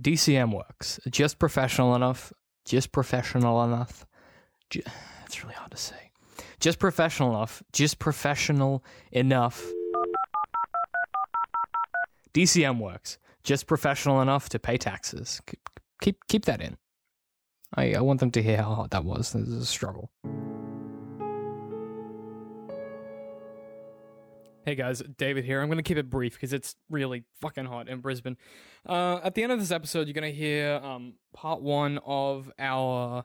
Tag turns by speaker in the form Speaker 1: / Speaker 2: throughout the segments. Speaker 1: DCM works. Just professional enough. Just professional enough. Ju- it's really hard to say. Just professional enough. Just professional enough. DCM works. Just professional enough to pay taxes. K- Keep keep that in. I, I want them to hear how hard that was. This is a struggle. Hey guys, David here. I'm going to keep it brief because it's really fucking hot in Brisbane. Uh, at the end of this episode, you're going to hear um, part one of our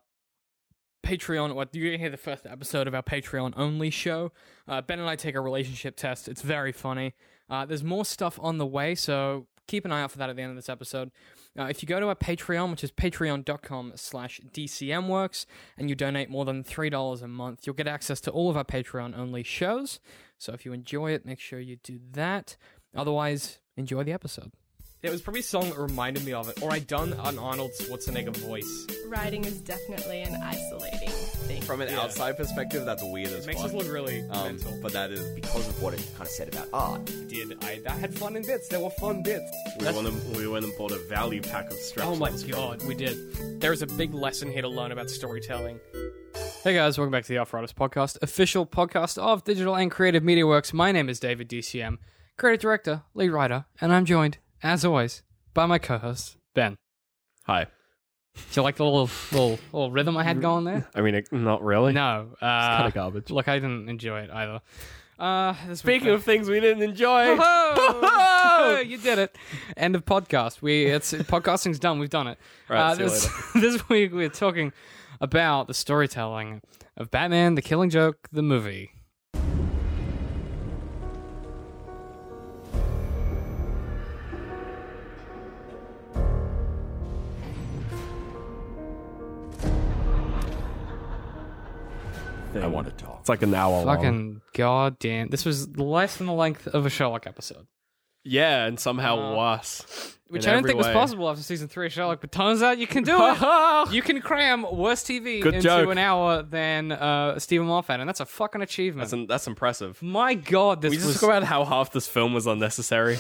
Speaker 1: Patreon. What you're going to hear the first episode of our Patreon only show. Uh, ben and I take a relationship test. It's very funny. Uh, there's more stuff on the way, so keep an eye out for that at the end of this episode. Uh, if you go to our Patreon, which is patreon.com/slash DCMworks, and you donate more than three dollars a month, you'll get access to all of our Patreon-only shows. So if you enjoy it, make sure you do that. Otherwise, enjoy the episode. It was probably a song that reminded me of it, or I done an Arnold Schwarzenegger voice.
Speaker 2: Writing is definitely an isolating thing.
Speaker 3: From an outside perspective, that's weird as
Speaker 1: It makes
Speaker 3: fuck.
Speaker 1: us look really
Speaker 3: um,
Speaker 1: mental.
Speaker 3: But that is
Speaker 4: because of what it kind of said about art.
Speaker 1: Did I? I had fun in bits. There were fun bits.
Speaker 5: We went, and, we went and bought a value pack of straps.
Speaker 6: Oh my god, we did. There is a big lesson here to learn about storytelling.
Speaker 1: Hey guys, welcome back to the Arthritis Podcast, official podcast of Digital and Creative Media Works. My name is David DCM, creative director, lead writer, and I'm joined, as always, by my co-host Ben.
Speaker 5: Hi.
Speaker 1: Do you like the little little, little rhythm I had going there?
Speaker 5: I mean, it- not really. oh,
Speaker 1: No, uh,
Speaker 5: kinda garbage.
Speaker 1: Look, I didn't enjoy it either. Uh, this
Speaker 5: Speaking
Speaker 1: week-
Speaker 5: of things we didn't enjoy,
Speaker 1: Oh, you did it. End of podcast. We it's podcasting's done. We've done it. Uh,
Speaker 5: Right, see you
Speaker 1: this, this week we're talking about the storytelling of Batman: The Killing Joke, the movie.
Speaker 4: I want to talk.
Speaker 5: it's like an hour long.
Speaker 1: Fucking goddamn! This was less than the length of a Sherlock episode,
Speaker 5: Yeah, and somehow
Speaker 1: Uh,
Speaker 5: worse.
Speaker 1: which
Speaker 5: in
Speaker 1: I didn't
Speaker 5: every
Speaker 1: think was
Speaker 5: way.
Speaker 1: possible after season three of Sherlock. But turns out you can do it. you can cram worse TV
Speaker 5: Good
Speaker 1: into
Speaker 5: joke.
Speaker 1: an hour than uh, Stephen Moffat, and that's a fucking achievement.
Speaker 5: That's, that's impressive.
Speaker 1: My god, this
Speaker 5: We just
Speaker 1: was
Speaker 5: talk about how half this film was unnecessary.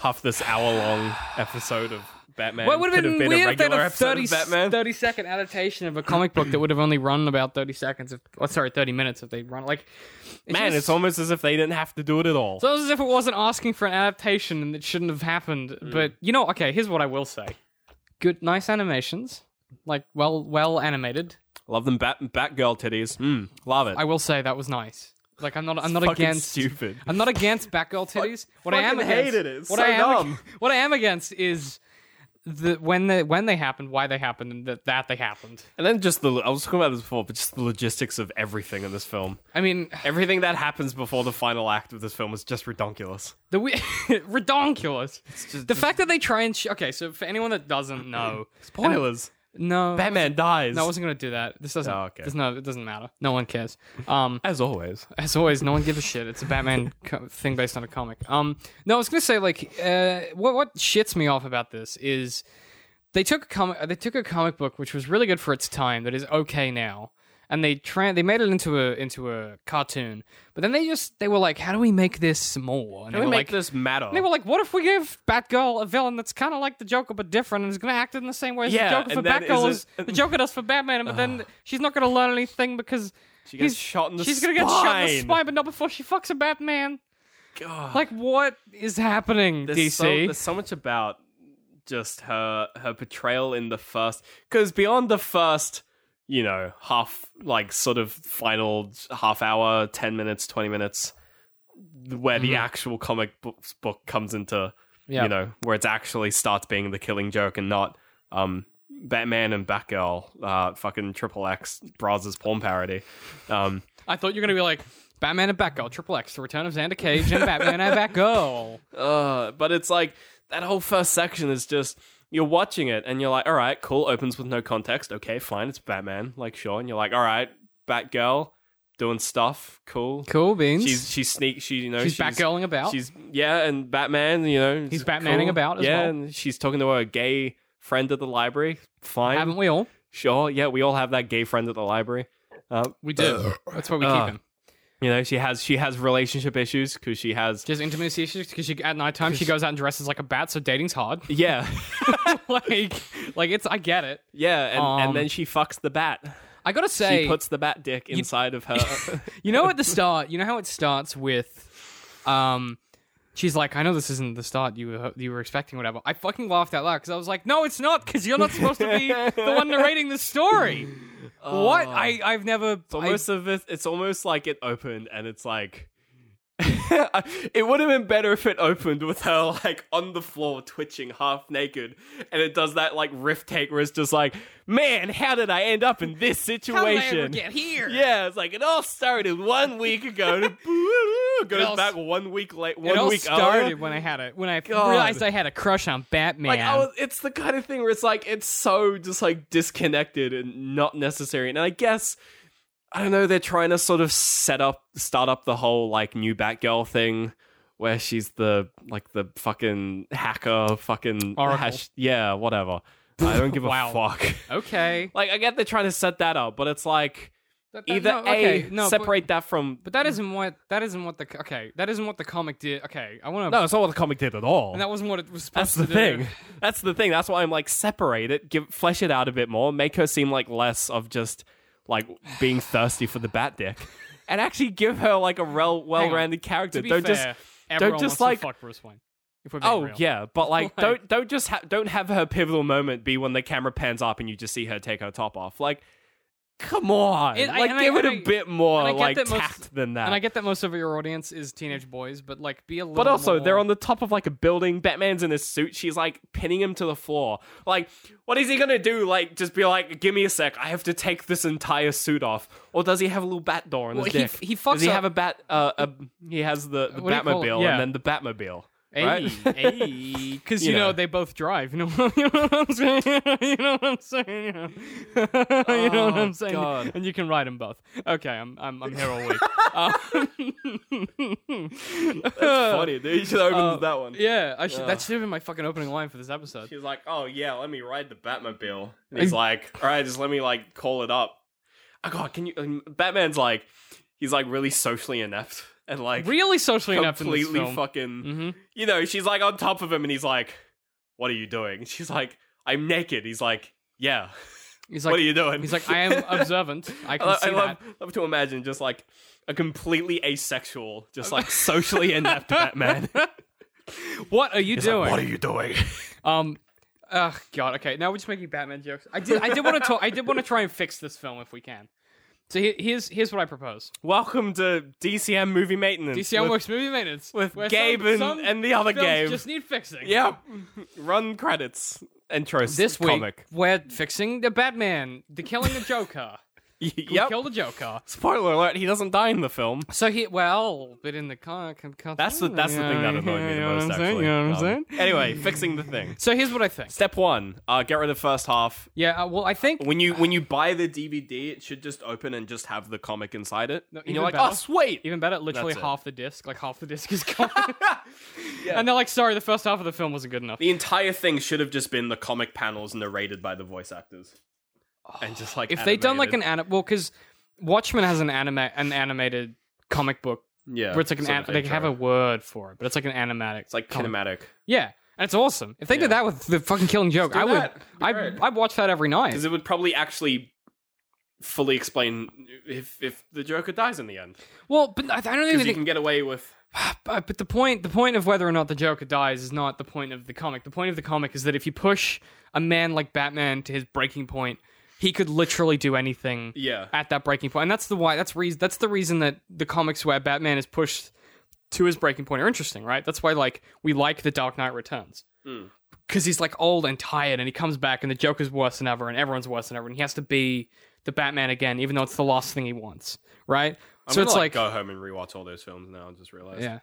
Speaker 5: Half this hour-long episode of Batman
Speaker 1: What would have
Speaker 5: could
Speaker 1: been,
Speaker 5: have been a
Speaker 1: weird than
Speaker 5: regular
Speaker 1: a
Speaker 5: episode
Speaker 1: 30,
Speaker 5: of Batman.
Speaker 1: 30 second adaptation of a comic book that would have only run about 30 seconds if, oh, sorry, 30 minutes if they run like
Speaker 5: Man,
Speaker 1: just-
Speaker 5: it's almost as if they didn't have to do it at all.
Speaker 1: So it's as if it wasn't asking for an adaptation and it shouldn't have happened.
Speaker 5: Hmm.
Speaker 1: But you know, okay, here's what I will say. Good nice animations. Like well well animated.
Speaker 5: Love them Bat Batgirl titties. Mm, love it.
Speaker 1: I will say that was nice. Like I'm not I'm not
Speaker 5: Fucking
Speaker 1: against
Speaker 5: stupid.
Speaker 1: I'm not against Batgirl titties. what I am
Speaker 5: fucking
Speaker 1: against,
Speaker 5: hated it. It's
Speaker 1: what
Speaker 5: so
Speaker 1: I am ag-
Speaker 5: dumb.
Speaker 1: what I am against is the when they when they happened, why they happened, and that, that they happened.
Speaker 5: And then just the I was talking about this before, but just the logistics of everything in this film.
Speaker 1: I mean,
Speaker 5: Everything that happens before the final act of this film is just redonkulous.
Speaker 1: The we- redonkulous. the fact that they try and sh- okay. So for anyone that doesn't know,
Speaker 5: Spoilers.
Speaker 1: no,
Speaker 5: Batman dies.
Speaker 1: No, I wasn't gonna do that. This doesn't.
Speaker 5: Oh, okay.
Speaker 1: this- no, it doesn't matter. No one cares. Um,
Speaker 5: as always.
Speaker 1: as always, no one gives a shit. It's a Batman co- thing based on a comic. Um, no, I was gonna say like, uh, what what shits me off about this is they took a comic they took a comic book which was really good for its time that is okay now, and they tra- they made it into a into a cartoon. But then they just they were like, how do we make this more? And
Speaker 5: How do
Speaker 1: they
Speaker 5: we
Speaker 1: were
Speaker 5: make
Speaker 1: like,
Speaker 5: this matter?
Speaker 1: And they were like, "What if we give Batgirl a villain that's kind of like the Joker but different, and is going to act in the same way as
Speaker 5: Yeah,
Speaker 1: the Joker for
Speaker 5: and then is
Speaker 1: Batgirl
Speaker 5: it-
Speaker 1: as the Joker does for Batman, but then she's not going to learn anything because
Speaker 5: she gets shot in the
Speaker 1: she's
Speaker 5: spine.
Speaker 1: going to get shot in the spine, but not before she fucks a Batman." Like, what is happening,
Speaker 5: There's
Speaker 1: DC?
Speaker 5: So, there's so much about just her her portrayal in the first because beyond the first, you know, half like sort of final half hour, ten minutes, twenty minutes, where the actual comic book, book comes into
Speaker 1: Yeah.
Speaker 5: you know, where it actually starts being the killing joke and not um, Batman and Batgirl, uh, fucking Triple X Braz's porn parody. Um,
Speaker 1: I thought you were going to be like Batman and Batgirl, Triple X, The Return of Xander Cage, and Batman and Batgirl.
Speaker 5: uh, but it's like that whole first section is just you're watching it and you're like, all right, cool, opens with no context. Okay, fine, it's Batman, like sure. And you're like, all right, Batgirl doing stuff, cool.
Speaker 1: Cool beans.
Speaker 5: She's she's sneak. She you know
Speaker 1: She's Batgirling about.
Speaker 5: She's yeah, and Batman. You know
Speaker 1: He's
Speaker 5: is
Speaker 1: Batmaning about as
Speaker 5: yeah,
Speaker 1: well.
Speaker 5: and she's talking to her gay friend at the library. Fine,
Speaker 1: Haven't we all?
Speaker 5: Sure, yeah, we all have that gay friend at the library. Uh,
Speaker 1: We do. That's why we
Speaker 5: Uh,
Speaker 1: keep him.
Speaker 5: You know, she has she has relationship issues because she has
Speaker 1: Just intimacy issues because she at nighttime she goes out and dresses like a bat, so dating's hard.
Speaker 5: yeah,
Speaker 1: like, like it's I get it.
Speaker 5: yeah, and,
Speaker 1: Um,
Speaker 5: and then she fucks the bat.
Speaker 1: I gotta say,
Speaker 5: she puts the bat dick inside of her.
Speaker 1: you know at the start, you know how it starts with, um, she's like, I know this isn't the start you were, you were expecting, whatever. I fucking laughed out loud because I was like, no, it's not because you're not supposed to be the one narrating the story. what I I've never
Speaker 5: Oh. It's almost of it, it's almost like it opened and it's like it would have been better if it opened with her like on the floor twitching half naked and it does that like riff take where it's just like man how did I end up in this
Speaker 1: I, how did I ever
Speaker 5: situation
Speaker 1: get here?
Speaker 5: yeah it's like it all started one week ago it goes
Speaker 1: all s-
Speaker 5: back one week late one
Speaker 1: It all
Speaker 5: week
Speaker 1: started
Speaker 5: earlier.
Speaker 1: when I had it when I
Speaker 5: God.
Speaker 1: realized I had a crush on Batman.
Speaker 5: Like, I was, it's the kind of thing where it's like it's so just like disconnected and not necessary. And I guess I don't know. They're trying to sort of set up, start up the whole like new Batgirl thing, where she's the like the fucking hacker, fucking
Speaker 1: Oracle.
Speaker 5: yeah, whatever. I don't give a
Speaker 1: Wow.
Speaker 5: fuck.
Speaker 1: okay,
Speaker 5: Like I get they're trying to set that up, but it's like
Speaker 1: That- that-
Speaker 5: either
Speaker 1: no, okay,
Speaker 5: a
Speaker 1: no, but-
Speaker 5: separate that from.
Speaker 1: But that isn't what that isn't what the okay that isn't what the comic did. Okay, I want to.
Speaker 5: no, it's not what the comic did at all.
Speaker 1: and that wasn't what it was supposed
Speaker 5: That's
Speaker 1: to
Speaker 5: the
Speaker 1: do.
Speaker 5: thing. That's the thing. That's why I'm like separate it, give flesh it out a bit more, make her seem like less of just like being thirsty for the bat dick, and actually give her like a real, well-rounded character.
Speaker 1: To be
Speaker 5: don't
Speaker 1: fair,
Speaker 5: just
Speaker 1: everyone
Speaker 5: don't
Speaker 1: wants
Speaker 5: just
Speaker 1: to
Speaker 5: like
Speaker 1: fuck Bruce Wayne. If we're being
Speaker 5: oh
Speaker 1: real.
Speaker 5: yeah, but
Speaker 1: Like-
Speaker 5: like don't don't just ha- don't have her pivotal moment be when the camera pans up and you just see her take her top off. Like, come on,
Speaker 1: And I-
Speaker 5: like
Speaker 1: and I-
Speaker 5: give it
Speaker 1: and
Speaker 5: a
Speaker 1: I-
Speaker 5: bit
Speaker 1: and I
Speaker 5: more
Speaker 1: get
Speaker 5: like
Speaker 1: that most-
Speaker 5: tact than that.
Speaker 1: and I get that most of your audience is teenage boys, but like be a little.
Speaker 5: But also,
Speaker 1: more...
Speaker 5: they're on the top of like a building. Batman's in his suit. She's like pinning him to the floor. Like, what is he gonna do? Like, just be like, give me a sec. I have to take this entire suit off. Or does he have a little bat door in
Speaker 1: Well,
Speaker 5: his
Speaker 1: he-
Speaker 5: dick?
Speaker 1: he fucks
Speaker 5: Does he
Speaker 1: up-
Speaker 5: have a bat? Uh, a, he has the, the
Speaker 1: What do you call it?
Speaker 5: Batmobile
Speaker 1: Yeah.
Speaker 5: and then the Batmobile.
Speaker 1: Hey,
Speaker 5: right?
Speaker 1: hey, because you,
Speaker 5: You
Speaker 1: know.
Speaker 5: know.
Speaker 1: they both drive. You know, you know what I'm saying. You know what I'm saying. You know, You know what
Speaker 5: Oh,
Speaker 1: I'm saying.
Speaker 5: God.
Speaker 1: And you can ride them both. Okay, I'm I'm, I'm here all week. Um,
Speaker 5: Funny, dude. He just opens
Speaker 1: Uh,
Speaker 5: that one.
Speaker 1: Yeah, I should, that should have been my fucking opening line for this episode.
Speaker 5: She's like, oh yeah, let me ride the Batmobile. And he's like, all right, just let me like call it up. Oh god, can you? And Batman's like, he's like really socially inept and like
Speaker 1: Really socially inept in this
Speaker 5: completely
Speaker 1: film.
Speaker 5: fucking.
Speaker 1: Mhm.
Speaker 5: You know, she's like on top of him, and he's like, "What are you doing?" She's like, "I'm naked." He's like, "Yeah."
Speaker 1: He's like,
Speaker 5: what are you doing?
Speaker 1: He's like, I am observant. I
Speaker 5: I,
Speaker 1: can
Speaker 5: lo-
Speaker 1: see
Speaker 5: I love,
Speaker 1: that.
Speaker 5: love to imagine just like a completely asexual, just like socially inept Batman.
Speaker 1: What are you doing?
Speaker 5: you doing?
Speaker 1: um, oh god. Okay, now we're just making Batman jokes. I did. I did want to talk. I did want to try and fix this film if we can. So here, here's here's what I propose.
Speaker 5: Welcome to DCM movie maintenance.
Speaker 1: DCM
Speaker 5: with-
Speaker 1: works movie maintenance
Speaker 5: with
Speaker 1: where
Speaker 5: Gabe
Speaker 1: some-
Speaker 5: and-
Speaker 1: some
Speaker 5: and the other
Speaker 1: films
Speaker 5: Gabe.
Speaker 1: Just need fixing.
Speaker 5: Yeah, run credits. Intro
Speaker 1: This week
Speaker 5: comic.
Speaker 1: we're fixing the Batman, the killing the Joker. We
Speaker 5: yep.
Speaker 1: Kill the Joker.
Speaker 5: Spoiler alert: He doesn't die in the film.
Speaker 1: So he well, but in the comic,
Speaker 5: That's the that's the thing that annoyed me the most. Actually,
Speaker 1: you know what I'm saying?
Speaker 5: Um, Anyway, fixing the thing.
Speaker 1: So here's what I think.
Speaker 5: Step one: uh, get rid of first half.
Speaker 1: Yeah, uh, well, I think
Speaker 5: When you when you buy the DVD, it should just open and just have the comic inside it.
Speaker 1: No,
Speaker 5: and you're
Speaker 1: even
Speaker 5: like,
Speaker 1: better.
Speaker 5: oh sweet.
Speaker 1: even better, literally
Speaker 5: That's it.
Speaker 1: half the disc, like half the disc is gone, and they're like, "Sorry, the first half of the film wasn't good enough."
Speaker 5: the entire thing should have just been the comic panels narrated by the voice actors, and just like
Speaker 1: Oh, If they'd done like an
Speaker 5: animated.
Speaker 1: anime, well, because Watchmen has an anime, an animated comic book
Speaker 5: yeah,
Speaker 1: where it's like an
Speaker 5: sort
Speaker 1: an-
Speaker 5: of
Speaker 1: they have a
Speaker 5: intro.
Speaker 1: word for it, but it's like an animatic.
Speaker 5: it's like
Speaker 1: comic.
Speaker 5: kinematic.
Speaker 1: Yeah, and it's awesome. If they
Speaker 5: Yeah.
Speaker 1: did that with the fucking Killing Joke,
Speaker 5: do
Speaker 1: I would,
Speaker 5: that. Be
Speaker 1: I,
Speaker 5: great.
Speaker 1: I'd watch that every night.
Speaker 5: because it would probably actually fully explain if if the Joker dies in the end.
Speaker 1: well, but I, I don't even
Speaker 5: Because
Speaker 1: think
Speaker 5: you can get away with
Speaker 1: But, but the point the point of whether or not the Joker dies is not the point of the comic. The point of the comic is that if you push a man like Batman to his breaking point, he could literally do anything
Speaker 5: yeah,
Speaker 1: at that breaking point. And that's the why that's reason that's the reason that the comics where Batman is pushed to his breaking point are interesting, right? That's why like we like the Dark Knight Returns.
Speaker 5: Hmm.
Speaker 1: Cuz he's like old and tired and he comes back and the Joker's worse than ever and everyone's worse than ever and he has to be the Batman again even though it's the last thing he wants, right?
Speaker 5: I'm
Speaker 1: so
Speaker 5: gonna,
Speaker 1: it's like,
Speaker 5: go home and rewatch all those films now. I just realized,
Speaker 1: yeah.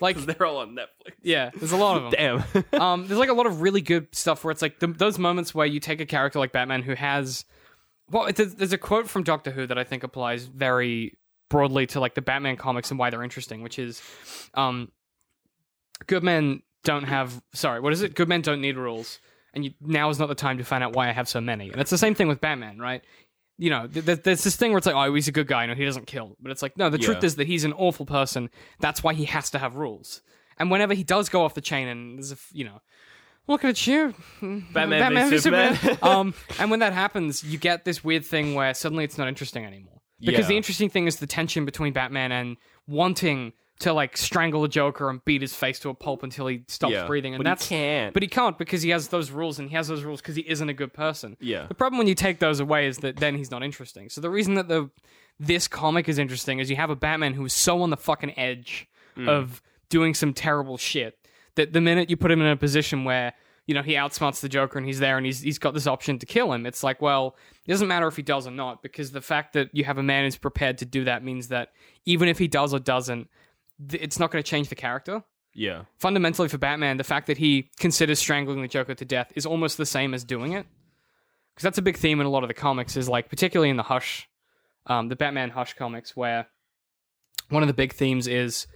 Speaker 1: Like
Speaker 5: 'Cause they're all on Netflix.
Speaker 1: yeah, there's a lot of them.
Speaker 5: Damn.
Speaker 1: um, there's like a lot of really good stuff where it's like the, those moments where you take a character like Batman who has, well, it's, there's a quote from Doctor Who that I think applies very broadly to like the Batman comics and why they're interesting, which is, um, good men don't have, sorry, what is it? Good men don't need rules, and you, now is not the time to find out why I have so many. And it's the same thing with Batman, right? you know, th- th- there's this thing where it's like, oh, he's a good guy, you know, he doesn't kill. But it's like, no, the truth
Speaker 5: Yeah.
Speaker 1: is that he's an awful person. That's why he has to have rules. And whenever he does go off the chain and there's a, f- you know, look at you,
Speaker 5: Batman v
Speaker 1: v
Speaker 5: Superman.
Speaker 1: um, and when that happens, you get this weird thing where suddenly it's not interesting anymore. Because
Speaker 5: Yeah.
Speaker 1: the interesting thing is the tension between Batman and wanting to like strangle a Joker and beat his face to a pulp until he stops
Speaker 5: Yeah.
Speaker 1: breathing, and
Speaker 5: But he
Speaker 1: that's
Speaker 5: can't.
Speaker 1: But he can't because he has those rules, and he has those rules because he isn't a good person.
Speaker 5: Yeah.
Speaker 1: The problem when you take those away is that then he's not interesting. So the reason that the this comic is interesting is you have a Batman who's so on the fucking edge
Speaker 5: Mm.
Speaker 1: of doing some terrible shit that the minute you put him in a position where you know he outsmarts the Joker and he's there and he's he's got this option to kill him, it's like well it doesn't matter if he does or not because the fact that you have a man who's prepared to do that means that even if he does or doesn't, th- it's not going to change the character
Speaker 5: Yeah.
Speaker 1: fundamentally for Batman, the fact that he considers strangling the Joker to death is almost the same as doing it. Because that's a big theme in a lot of the comics, is like, particularly in the Hush, um, the Batman Hush comics, where one of the big themes is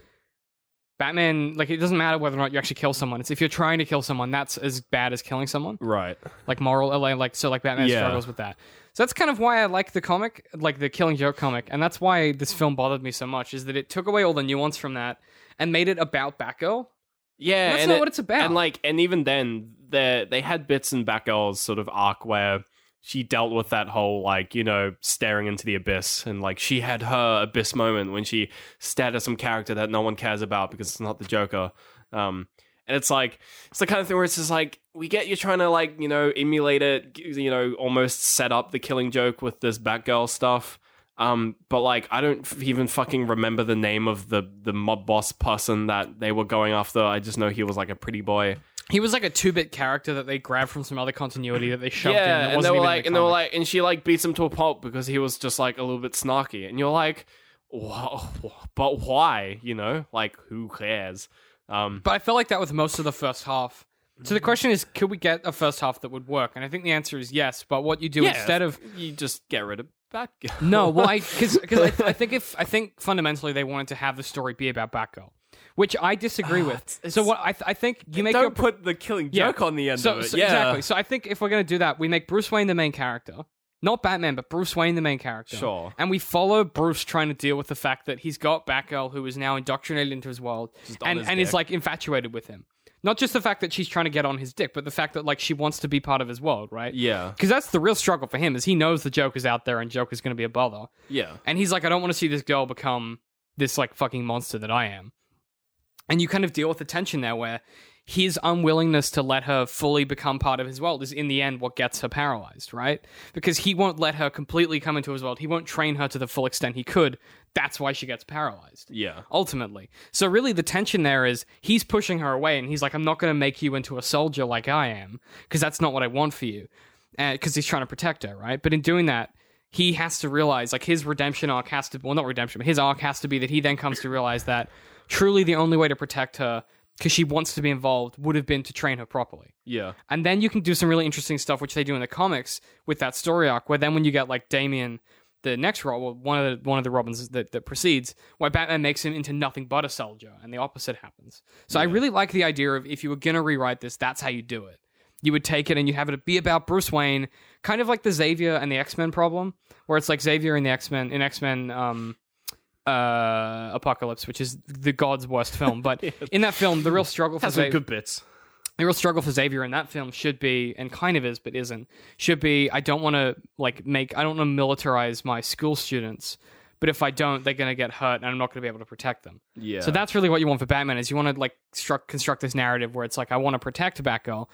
Speaker 1: Batman, like, it doesn't matter whether or not you actually kill someone. It's if you're trying to kill someone, that's as bad as killing someone
Speaker 5: Right.
Speaker 1: like moral LA like so like Batman
Speaker 5: Yeah.
Speaker 1: struggles with that. So that's kind of why I like the comic, like the Killing Joke comic, and that's why this film bothered me so much is that it took away all the nuance from that and made it about Batgirl.
Speaker 5: Yeah,
Speaker 1: That's
Speaker 5: and
Speaker 1: not
Speaker 5: it-
Speaker 1: what it's about.
Speaker 5: And like, and even then, they they had bits in Batgirl's sort of arc where she dealt with that whole like you know staring into the abyss, and like she had her abyss moment when she stared at some character that no one cares about because it's not the Joker. Um, and it's like it's the kind of thing where it's just like we get you trying to like you know emulate it, g- you know, almost set up the Killing Joke with this Batgirl stuff. Um, but like I don't f- even fucking remember the name of the the mob boss person that they were going after. I just know he was like a pretty boy.
Speaker 1: He was like a two bit character that they grabbed from some other continuity that they shoved in. that
Speaker 5: yeah, and
Speaker 1: wasn't
Speaker 5: they were
Speaker 1: even in
Speaker 5: like,
Speaker 1: the
Speaker 5: and they were
Speaker 1: comic.
Speaker 5: like, and she like beats him to a pulp because he was just like a little bit snarky. And you're like, wow, but why? You know, like who cares? Um,
Speaker 1: But I felt like that with most of the first half. So
Speaker 5: Mm.
Speaker 1: the question is, could we get a first half that would work? And I think the answer is yes. But what you do
Speaker 5: yeah,
Speaker 1: instead of
Speaker 5: you just get rid of Batgirl.
Speaker 1: No, well, I because I, I think if I think fundamentally they wanted to have the story be about Batgirl, which I
Speaker 5: Ah,
Speaker 1: disagree with. so what I, th- I think you make
Speaker 5: don't
Speaker 1: your
Speaker 5: put the Killing
Speaker 1: yeah.
Speaker 5: Joke on the end
Speaker 1: so,
Speaker 5: of it.
Speaker 1: so-
Speaker 5: yeah,
Speaker 1: exactly. So I think if we're gonna do that, we make Bruce Wayne the main character, not Batman, but Bruce Wayne the main character.
Speaker 5: Sure.
Speaker 1: And we follow Bruce trying to deal with the fact that he's got Batgirl, who is now indoctrinated into his world,
Speaker 5: on
Speaker 1: and
Speaker 5: his
Speaker 1: and is
Speaker 5: dick.
Speaker 1: like infatuated with him. Not just the fact that she's trying to get on his dick, but the fact that like she wants to be part of his world, right?
Speaker 5: Yeah.
Speaker 1: Because that's the real struggle for him is he knows the Joker's out there and Joker's going to be a bother.
Speaker 5: yeah.
Speaker 1: And he's like, I don't want to see this girl become this like fucking monster that I am. And you kind of deal with the tension there where his unwillingness to let her fully become part of his world is in the end what gets her paralyzed, right? Because he won't let her completely come into his world. He won't train her to the full extent he could. That's why she gets paralyzed
Speaker 5: Yeah.
Speaker 1: ultimately. So really the tension there is he's pushing her away and he's like I'm not going to make you into a soldier like I am because that's not what I want for you. Because he's trying to protect her, right? But in doing that, he has to realize like his redemption arc has to well not redemption, but his arc has to be that he then comes to realize that truly the only way to protect her because she wants to be involved would have been to train her properly.
Speaker 5: Yeah.
Speaker 1: And then you can do some really interesting stuff, which they do in the comics with that story arc, where then when you get like Damien, the next Rob, well, one of the one of the Robins that, that precedes, where Batman makes him into nothing but a soldier, and the opposite happens. So I really like the idea of if you were gonna rewrite this, that's how you do it. You would take it and you have it be about Bruce Wayne, kind of like the Xavier and the X Men problem, where it's like Xavier and the X Men in X Men um, uh, Apocalypse, which is the God's worst film. But in that film, the real struggle for
Speaker 5: Has some
Speaker 1: Xavier-
Speaker 5: good bits.
Speaker 1: the real struggle for Xavier in that film should be, and kind of is, but isn't, should be I don't want to like make I don't want to militarize my school students, but if I don't, they're gonna get hurt, and I'm not gonna be able to protect them.
Speaker 5: Yeah.
Speaker 1: So that's really what you want for Batman is you want to like struck, construct this narrative where it's like I want to protect Batgirl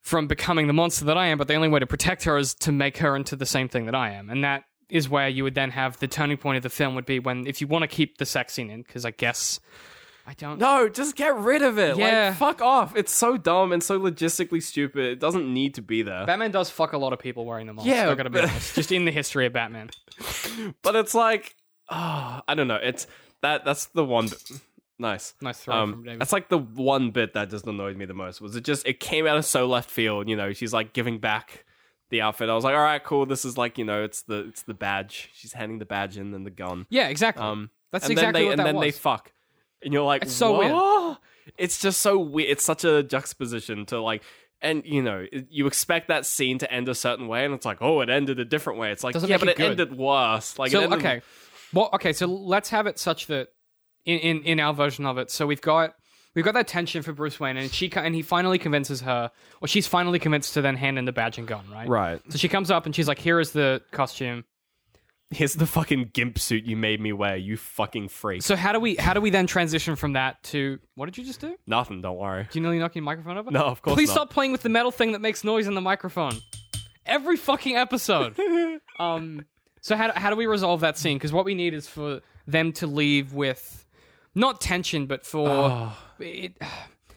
Speaker 1: from becoming the monster that I am, but the only way to protect her is to make her into the same thing that I am, and that is where you would then have the turning point of the film would be when if you want to keep the sex scene in because I guess I don't
Speaker 5: No, just get rid of it.
Speaker 1: Yeah.
Speaker 5: Like, fuck off. It's so dumb and so logistically stupid. It doesn't need to be there.
Speaker 1: Batman does fuck a lot of people wearing the mask.
Speaker 5: Yeah,
Speaker 1: I gotta be
Speaker 5: but-
Speaker 1: honest. Just in the history of Batman,
Speaker 5: but it's like, ah, I don't know. It's that. That's the one. Bit. Nice.
Speaker 1: nice throw from
Speaker 5: Um,
Speaker 1: David.
Speaker 5: that's like the one bit that just annoyed me the most was it just it came out of so left field. You know, she's like giving back the outfit. I was like, all right, cool. This is like you know, it's the it's the badge. She's handing the badge in and the gun.
Speaker 1: yeah, exactly.
Speaker 5: Um,
Speaker 1: That's
Speaker 5: and
Speaker 1: exactly
Speaker 5: then they,
Speaker 1: what
Speaker 5: and
Speaker 1: that
Speaker 5: then they
Speaker 1: was.
Speaker 5: fuck, and you're like,
Speaker 1: It's so
Speaker 5: "What?" It's just so weird. It's such a juxtaposition to like and you know it- you expect that scene to end a certain way, and it's like, oh, it ended a different way. It's like,
Speaker 1: Doesn't
Speaker 5: yeah,
Speaker 1: make
Speaker 5: but
Speaker 1: it
Speaker 5: it,
Speaker 1: good.
Speaker 5: ended worse. Like, it
Speaker 1: so
Speaker 5: ended-
Speaker 1: okay, well, okay. So let's have it such that in, in in our version of it. So we've got we've got that tension for Bruce Wayne, and she co- and he finally convinces her, or she's finally convinced to then hand in the badge and gun, right?
Speaker 5: right?
Speaker 1: So she comes up and she's like, "Here is the costume."
Speaker 5: Here's the fucking gimp suit you made me wear. You fucking freak.
Speaker 1: So how do we how do we then transition from that to what did you just do?
Speaker 5: Nothing. Don't worry.
Speaker 1: Do you nearly knock your microphone over?
Speaker 5: No, of course
Speaker 1: Please
Speaker 5: not.
Speaker 1: stop playing with the metal thing that makes noise in the microphone. Every fucking episode. um. So how how do we resolve that scene? Because what we need is for them to leave with not tension, but for
Speaker 5: Oh.
Speaker 1: it,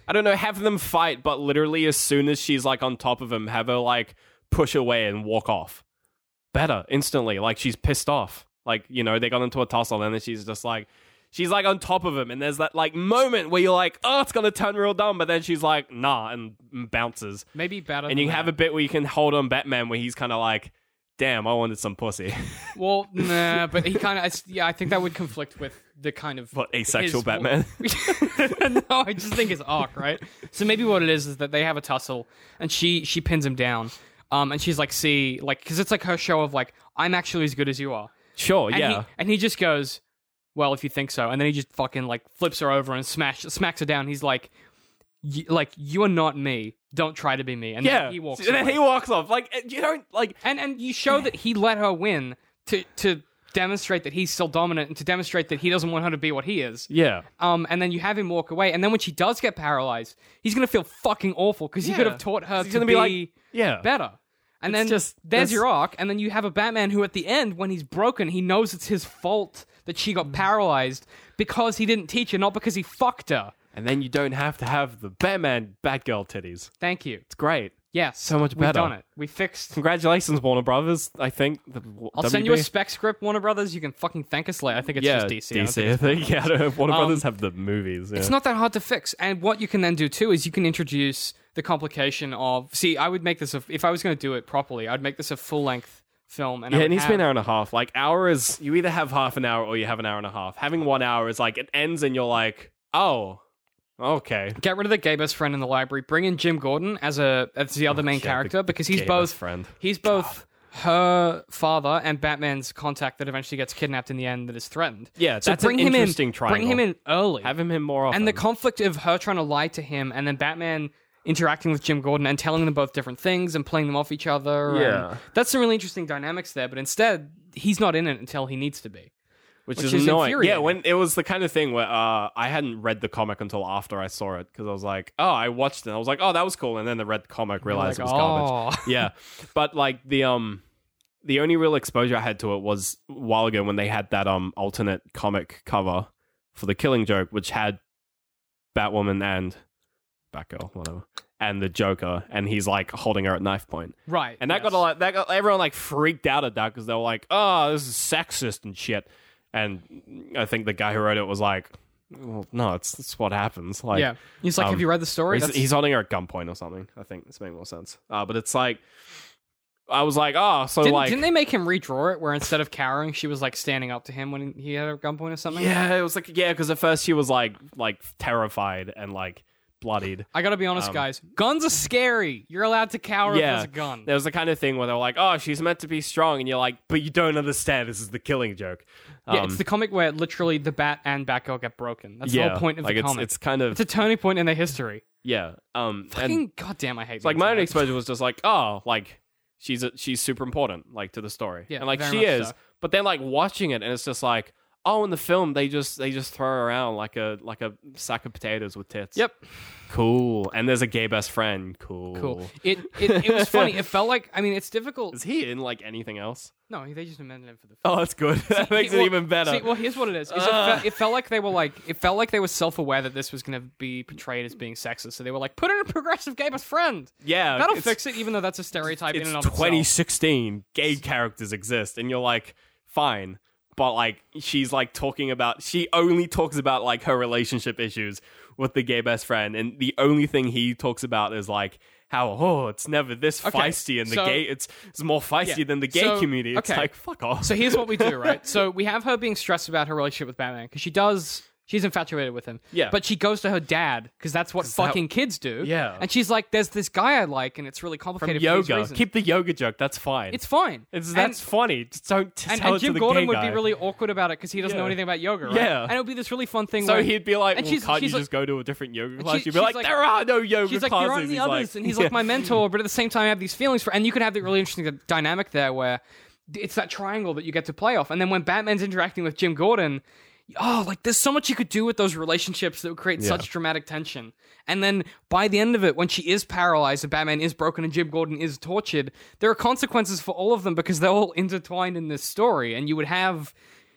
Speaker 5: I don't know. Have them fight, but literally as soon as she's like on top of him, have her like push away and walk off. Better instantly. Like she's pissed off. Like you know they got into a tussle, and then she's just like. She's like on top of him, and there's that like moment where you're like, "Oh, it's gonna turn real dumb," but then she's like, "Nah," and bounces.
Speaker 1: maybe better.
Speaker 5: And you
Speaker 1: than
Speaker 5: have a
Speaker 1: that.
Speaker 5: bit where you can hold on Batman, where he's kind of like, "Damn, I wanted some pussy."
Speaker 1: well, nah, but he kind of yeah. I think that would conflict with the kind of
Speaker 5: What asexual
Speaker 1: his-
Speaker 5: Batman?
Speaker 1: no, I just think it's arc, right? So maybe what it is is that they have a tussle, and she she pins him down, um, and she's like, "See, like, because it's like her show of like, I'm actually as good as you are."
Speaker 5: sure,
Speaker 1: And
Speaker 5: yeah.
Speaker 1: he, and he just goes, "Well, if you think so," and then he just fucking like flips her over and smash smacks her down. He's like, y- "Like you are not me. Don't try to be me." And
Speaker 5: yeah,
Speaker 1: then he walks.
Speaker 5: And then
Speaker 1: away.
Speaker 5: he walks off. Like eh, you don't like.
Speaker 1: and and you show that he let her win to to demonstrate that he's still dominant and to demonstrate that he doesn't want her to be what he is.
Speaker 5: Yeah.
Speaker 1: Um, and then you have him walk away, and then when she does get paralyzed, he's gonna feel fucking awful because he could have taught her
Speaker 5: He's
Speaker 1: to
Speaker 5: gonna
Speaker 1: be,
Speaker 5: be like, yeah.
Speaker 1: better. And then
Speaker 5: just-
Speaker 1: there's
Speaker 5: that's-
Speaker 1: your arc, and then you have a Batman who, at the end, when he's broken, he knows it's his fault that she
Speaker 5: Mm.
Speaker 1: got paralyzed because he didn't teach her, not because he fucked her.
Speaker 5: And then you don't have to have the Batman Batgirl titties.
Speaker 1: Thank you.
Speaker 5: It's great.
Speaker 1: Yes,
Speaker 5: So much
Speaker 1: We've
Speaker 5: better.
Speaker 1: done it. We fixed.
Speaker 5: Congratulations, Warner Brothers. I think the
Speaker 1: I'll send you a spec script, Warner Brothers. You can fucking thank us later. I think it's
Speaker 5: yeah,
Speaker 1: just DC. I don't think
Speaker 5: DC. I
Speaker 1: it's-
Speaker 5: think yeah, I don't know. Warner
Speaker 1: Um,
Speaker 5: Brothers have the movies. Yeah.
Speaker 1: It's not that hard to fix. And what you can then do too is you can introduce the complication of. See, I would make this a, if I was going to do it properly. I'd make this a full length film. And I
Speaker 5: Yeah,
Speaker 1: would
Speaker 5: it needs to be an
Speaker 1: have-
Speaker 5: hour and a half. Like hour is you either have half an hour or you have an hour and a half. Having one hour is like it ends and you're like, oh, okay.
Speaker 1: Get rid of the gay best friend in the library. Bring in Jim Gordon as a as the other main
Speaker 5: yeah, Oh, the-
Speaker 1: character because he's
Speaker 5: gay
Speaker 1: both
Speaker 5: best friend.
Speaker 1: He's both her father and Batman's contact that eventually gets kidnapped in the end that is threatened.
Speaker 5: Yeah,
Speaker 1: so
Speaker 5: that's an
Speaker 1: bring him in.
Speaker 5: interesting
Speaker 1: Bring him in
Speaker 5: triangle.
Speaker 1: early.
Speaker 5: Have him in more often.
Speaker 1: and the conflict of her trying to lie to him and then Batman interacting with Jim Gordon and telling them both different things and playing them off each other. and
Speaker 5: Yeah.
Speaker 1: that's some really interesting dynamics there, but instead, he's not in it until he needs to be.
Speaker 5: which,
Speaker 1: Which
Speaker 5: is,
Speaker 1: is
Speaker 5: annoying. Yeah,
Speaker 1: infuriating.
Speaker 5: when it was the kind of thing where uh, I hadn't read the comic until after I saw it because I was like, oh, I watched it. and I was like, oh, that was cool, and then the red comic realized
Speaker 1: like,
Speaker 5: it was garbage.
Speaker 1: "Oh."
Speaker 5: yeah, but like the um, the only real exposure I had to it was a while ago when they had that um alternate comic cover for the Killing Joke, which had Batwoman and Batgirl, whatever, and the Joker, and he's like holding her at knife point.
Speaker 1: Right.
Speaker 5: And that got a lot. That got everyone like freaked out at that because they were like, "Oh, this is sexist and shit." And I think the guy who wrote it was like, well, "No, it's it's what happens." Like,
Speaker 1: yeah. He's like,
Speaker 5: um,
Speaker 1: Have you read the story?
Speaker 5: He's,
Speaker 1: That's-
Speaker 5: he's holding her at gunpoint or something. I think this makes more sense. Uh, but it's like, I was like, "Oh, so
Speaker 1: didn't,
Speaker 5: like."
Speaker 1: didn't they make him redraw it where instead of cowering, she was like standing up to him when he had her at gunpoint or something?
Speaker 5: yeah, it was like yeah, because at first she was like like terrified and like bloodied.
Speaker 1: I gotta be honest,
Speaker 5: Um,
Speaker 1: guys. Guns are scary. You're allowed to cower if
Speaker 5: yeah,
Speaker 1: there's a gun.
Speaker 5: There was the kind of thing where they were like, "Oh, she's meant to be strong," and you're like, "But you don't understand. This is the killing joke." Um,
Speaker 1: yeah, it's the comic where literally the bat and Batgirl get broken. That's the whole point of
Speaker 5: like
Speaker 1: the
Speaker 5: it's,
Speaker 1: comic.
Speaker 5: It's kind of
Speaker 1: It's a turning point in their history.
Speaker 5: yeah. Um, and
Speaker 1: Fucking goddamn, I hate.
Speaker 5: it's like
Speaker 1: the
Speaker 5: my
Speaker 1: internet.
Speaker 5: only exposure was just like, oh, like she's a, she's super important, like to the story,
Speaker 1: Yeah,
Speaker 5: and like
Speaker 1: very
Speaker 5: she
Speaker 1: much
Speaker 5: is.
Speaker 1: so.
Speaker 5: But then like watching it, and it's just like, oh, in the film they just they just throw her around like a like a sack of potatoes with tits.
Speaker 1: Yep,
Speaker 5: cool. And there's a gay best friend. Cool,
Speaker 1: cool. It, it it was funny. It felt like I mean, it's difficult.
Speaker 5: Is he in like anything else?
Speaker 1: No, they just amended it for the.
Speaker 5: Oh, that's good. that makes
Speaker 1: well,
Speaker 5: it even better.
Speaker 1: See, well, here's what it is. is it, felt, it felt like they were like it felt like they were self-aware that this was going to be portrayed as being sexist, so they were like, "Put in a progressive gay best friend."
Speaker 5: yeah,
Speaker 1: That'll
Speaker 5: Uh, it's-
Speaker 1: fix it, even though that's a stereotype in
Speaker 5: it's
Speaker 1: and of itself.
Speaker 5: 2016 gay characters exist and you're like fine but like she's like talking about she only talks about like her relationship issues with the gay best friend and the only thing he talks about is like how oh it's never this
Speaker 1: Okay,
Speaker 5: feisty and the
Speaker 1: so-
Speaker 5: gay it's it's more feisty
Speaker 1: Yeah,
Speaker 5: than the gay
Speaker 1: so-
Speaker 5: community it's
Speaker 1: okay.
Speaker 5: like fuck off
Speaker 1: So here's what we do, right? So we have her being stressed about her relationship with Batman because she does. She's infatuated with him.
Speaker 5: Yeah.
Speaker 1: But she goes to her dad because that's what
Speaker 5: that-
Speaker 1: fucking kids do.
Speaker 5: Yeah.
Speaker 1: And she's like, "There's this guy I like, and it's really
Speaker 5: From
Speaker 1: complicated." for these
Speaker 5: yoga.
Speaker 1: reasons."
Speaker 5: Keep the yoga joke. That's fine.
Speaker 1: It's fine.
Speaker 5: It's
Speaker 1: And-
Speaker 5: that's funny. Just don't t-
Speaker 1: And,
Speaker 5: tell
Speaker 1: and
Speaker 5: it to
Speaker 1: Jim
Speaker 5: the
Speaker 1: Gordon
Speaker 5: gay
Speaker 1: would be
Speaker 5: guy.
Speaker 1: really awkward about it because he doesn't know
Speaker 5: Yeah.
Speaker 1: anything about yoga, right?
Speaker 5: Yeah.
Speaker 1: And it would be this really fun thing.
Speaker 5: So
Speaker 1: where,
Speaker 5: he'd be like,
Speaker 1: and
Speaker 5: well,
Speaker 1: she's-
Speaker 5: can't you
Speaker 1: she's like-
Speaker 5: just go to a different yoga
Speaker 1: And
Speaker 5: class?
Speaker 1: she-
Speaker 5: You'd be
Speaker 1: she's
Speaker 5: like,
Speaker 1: like-
Speaker 5: there are no yoga
Speaker 1: she's like,
Speaker 5: classes.
Speaker 1: there aren't the
Speaker 5: He's
Speaker 1: others,
Speaker 5: like-
Speaker 1: and he's
Speaker 5: Yeah.
Speaker 1: like my mentor, but at the same time, I have these feelings for, and you could have the really interesting dynamic there where it's that triangle that you get to play off, and then when Batman's interacting with Jim Gordon. Oh, like there's so much you could do with those relationships that would create such dramatic tension. And then by the end of it, when she is paralyzed, and Batman is broken, and Jim Gordon is tortured, there are consequences for all of them because they're all intertwined in this story. And you would have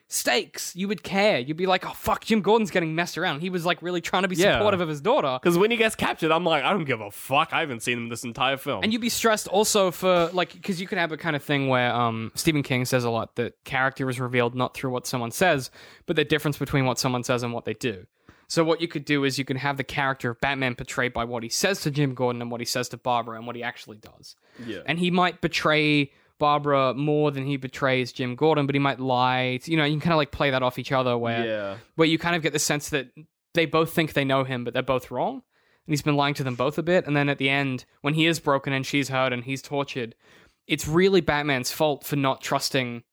Speaker 1: stakes. You would care. You'd be like, oh fuck, Jim Gordon's getting messed around. He was like really trying to be
Speaker 5: Yeah.
Speaker 1: supportive of his daughter.
Speaker 5: Because when he gets captured, I'm like, I don't give a fuck. I haven't seen him this entire film.
Speaker 1: And you'd be stressed also for like because you could have a kind of thing where um, Stephen King says a lot that character is revealed not through what someone says, but the difference between what someone says and what they do. So what you could do is you can have the character of Batman portrayed by what he says to Jim Gordon and what he says to Barbara and what he actually does. Yeah. And he might betray Barbara more than he betrays Jim Gordon, but he might lie. To, you know, you can kind of like play that off each other where
Speaker 5: yeah.
Speaker 1: where you kind of get the sense that they both think they know him, but they're both wrong. And he's been lying to them both a bit. And then at the end, when he is broken and she's hurt and he's tortured, it's really Batman's fault for not trusting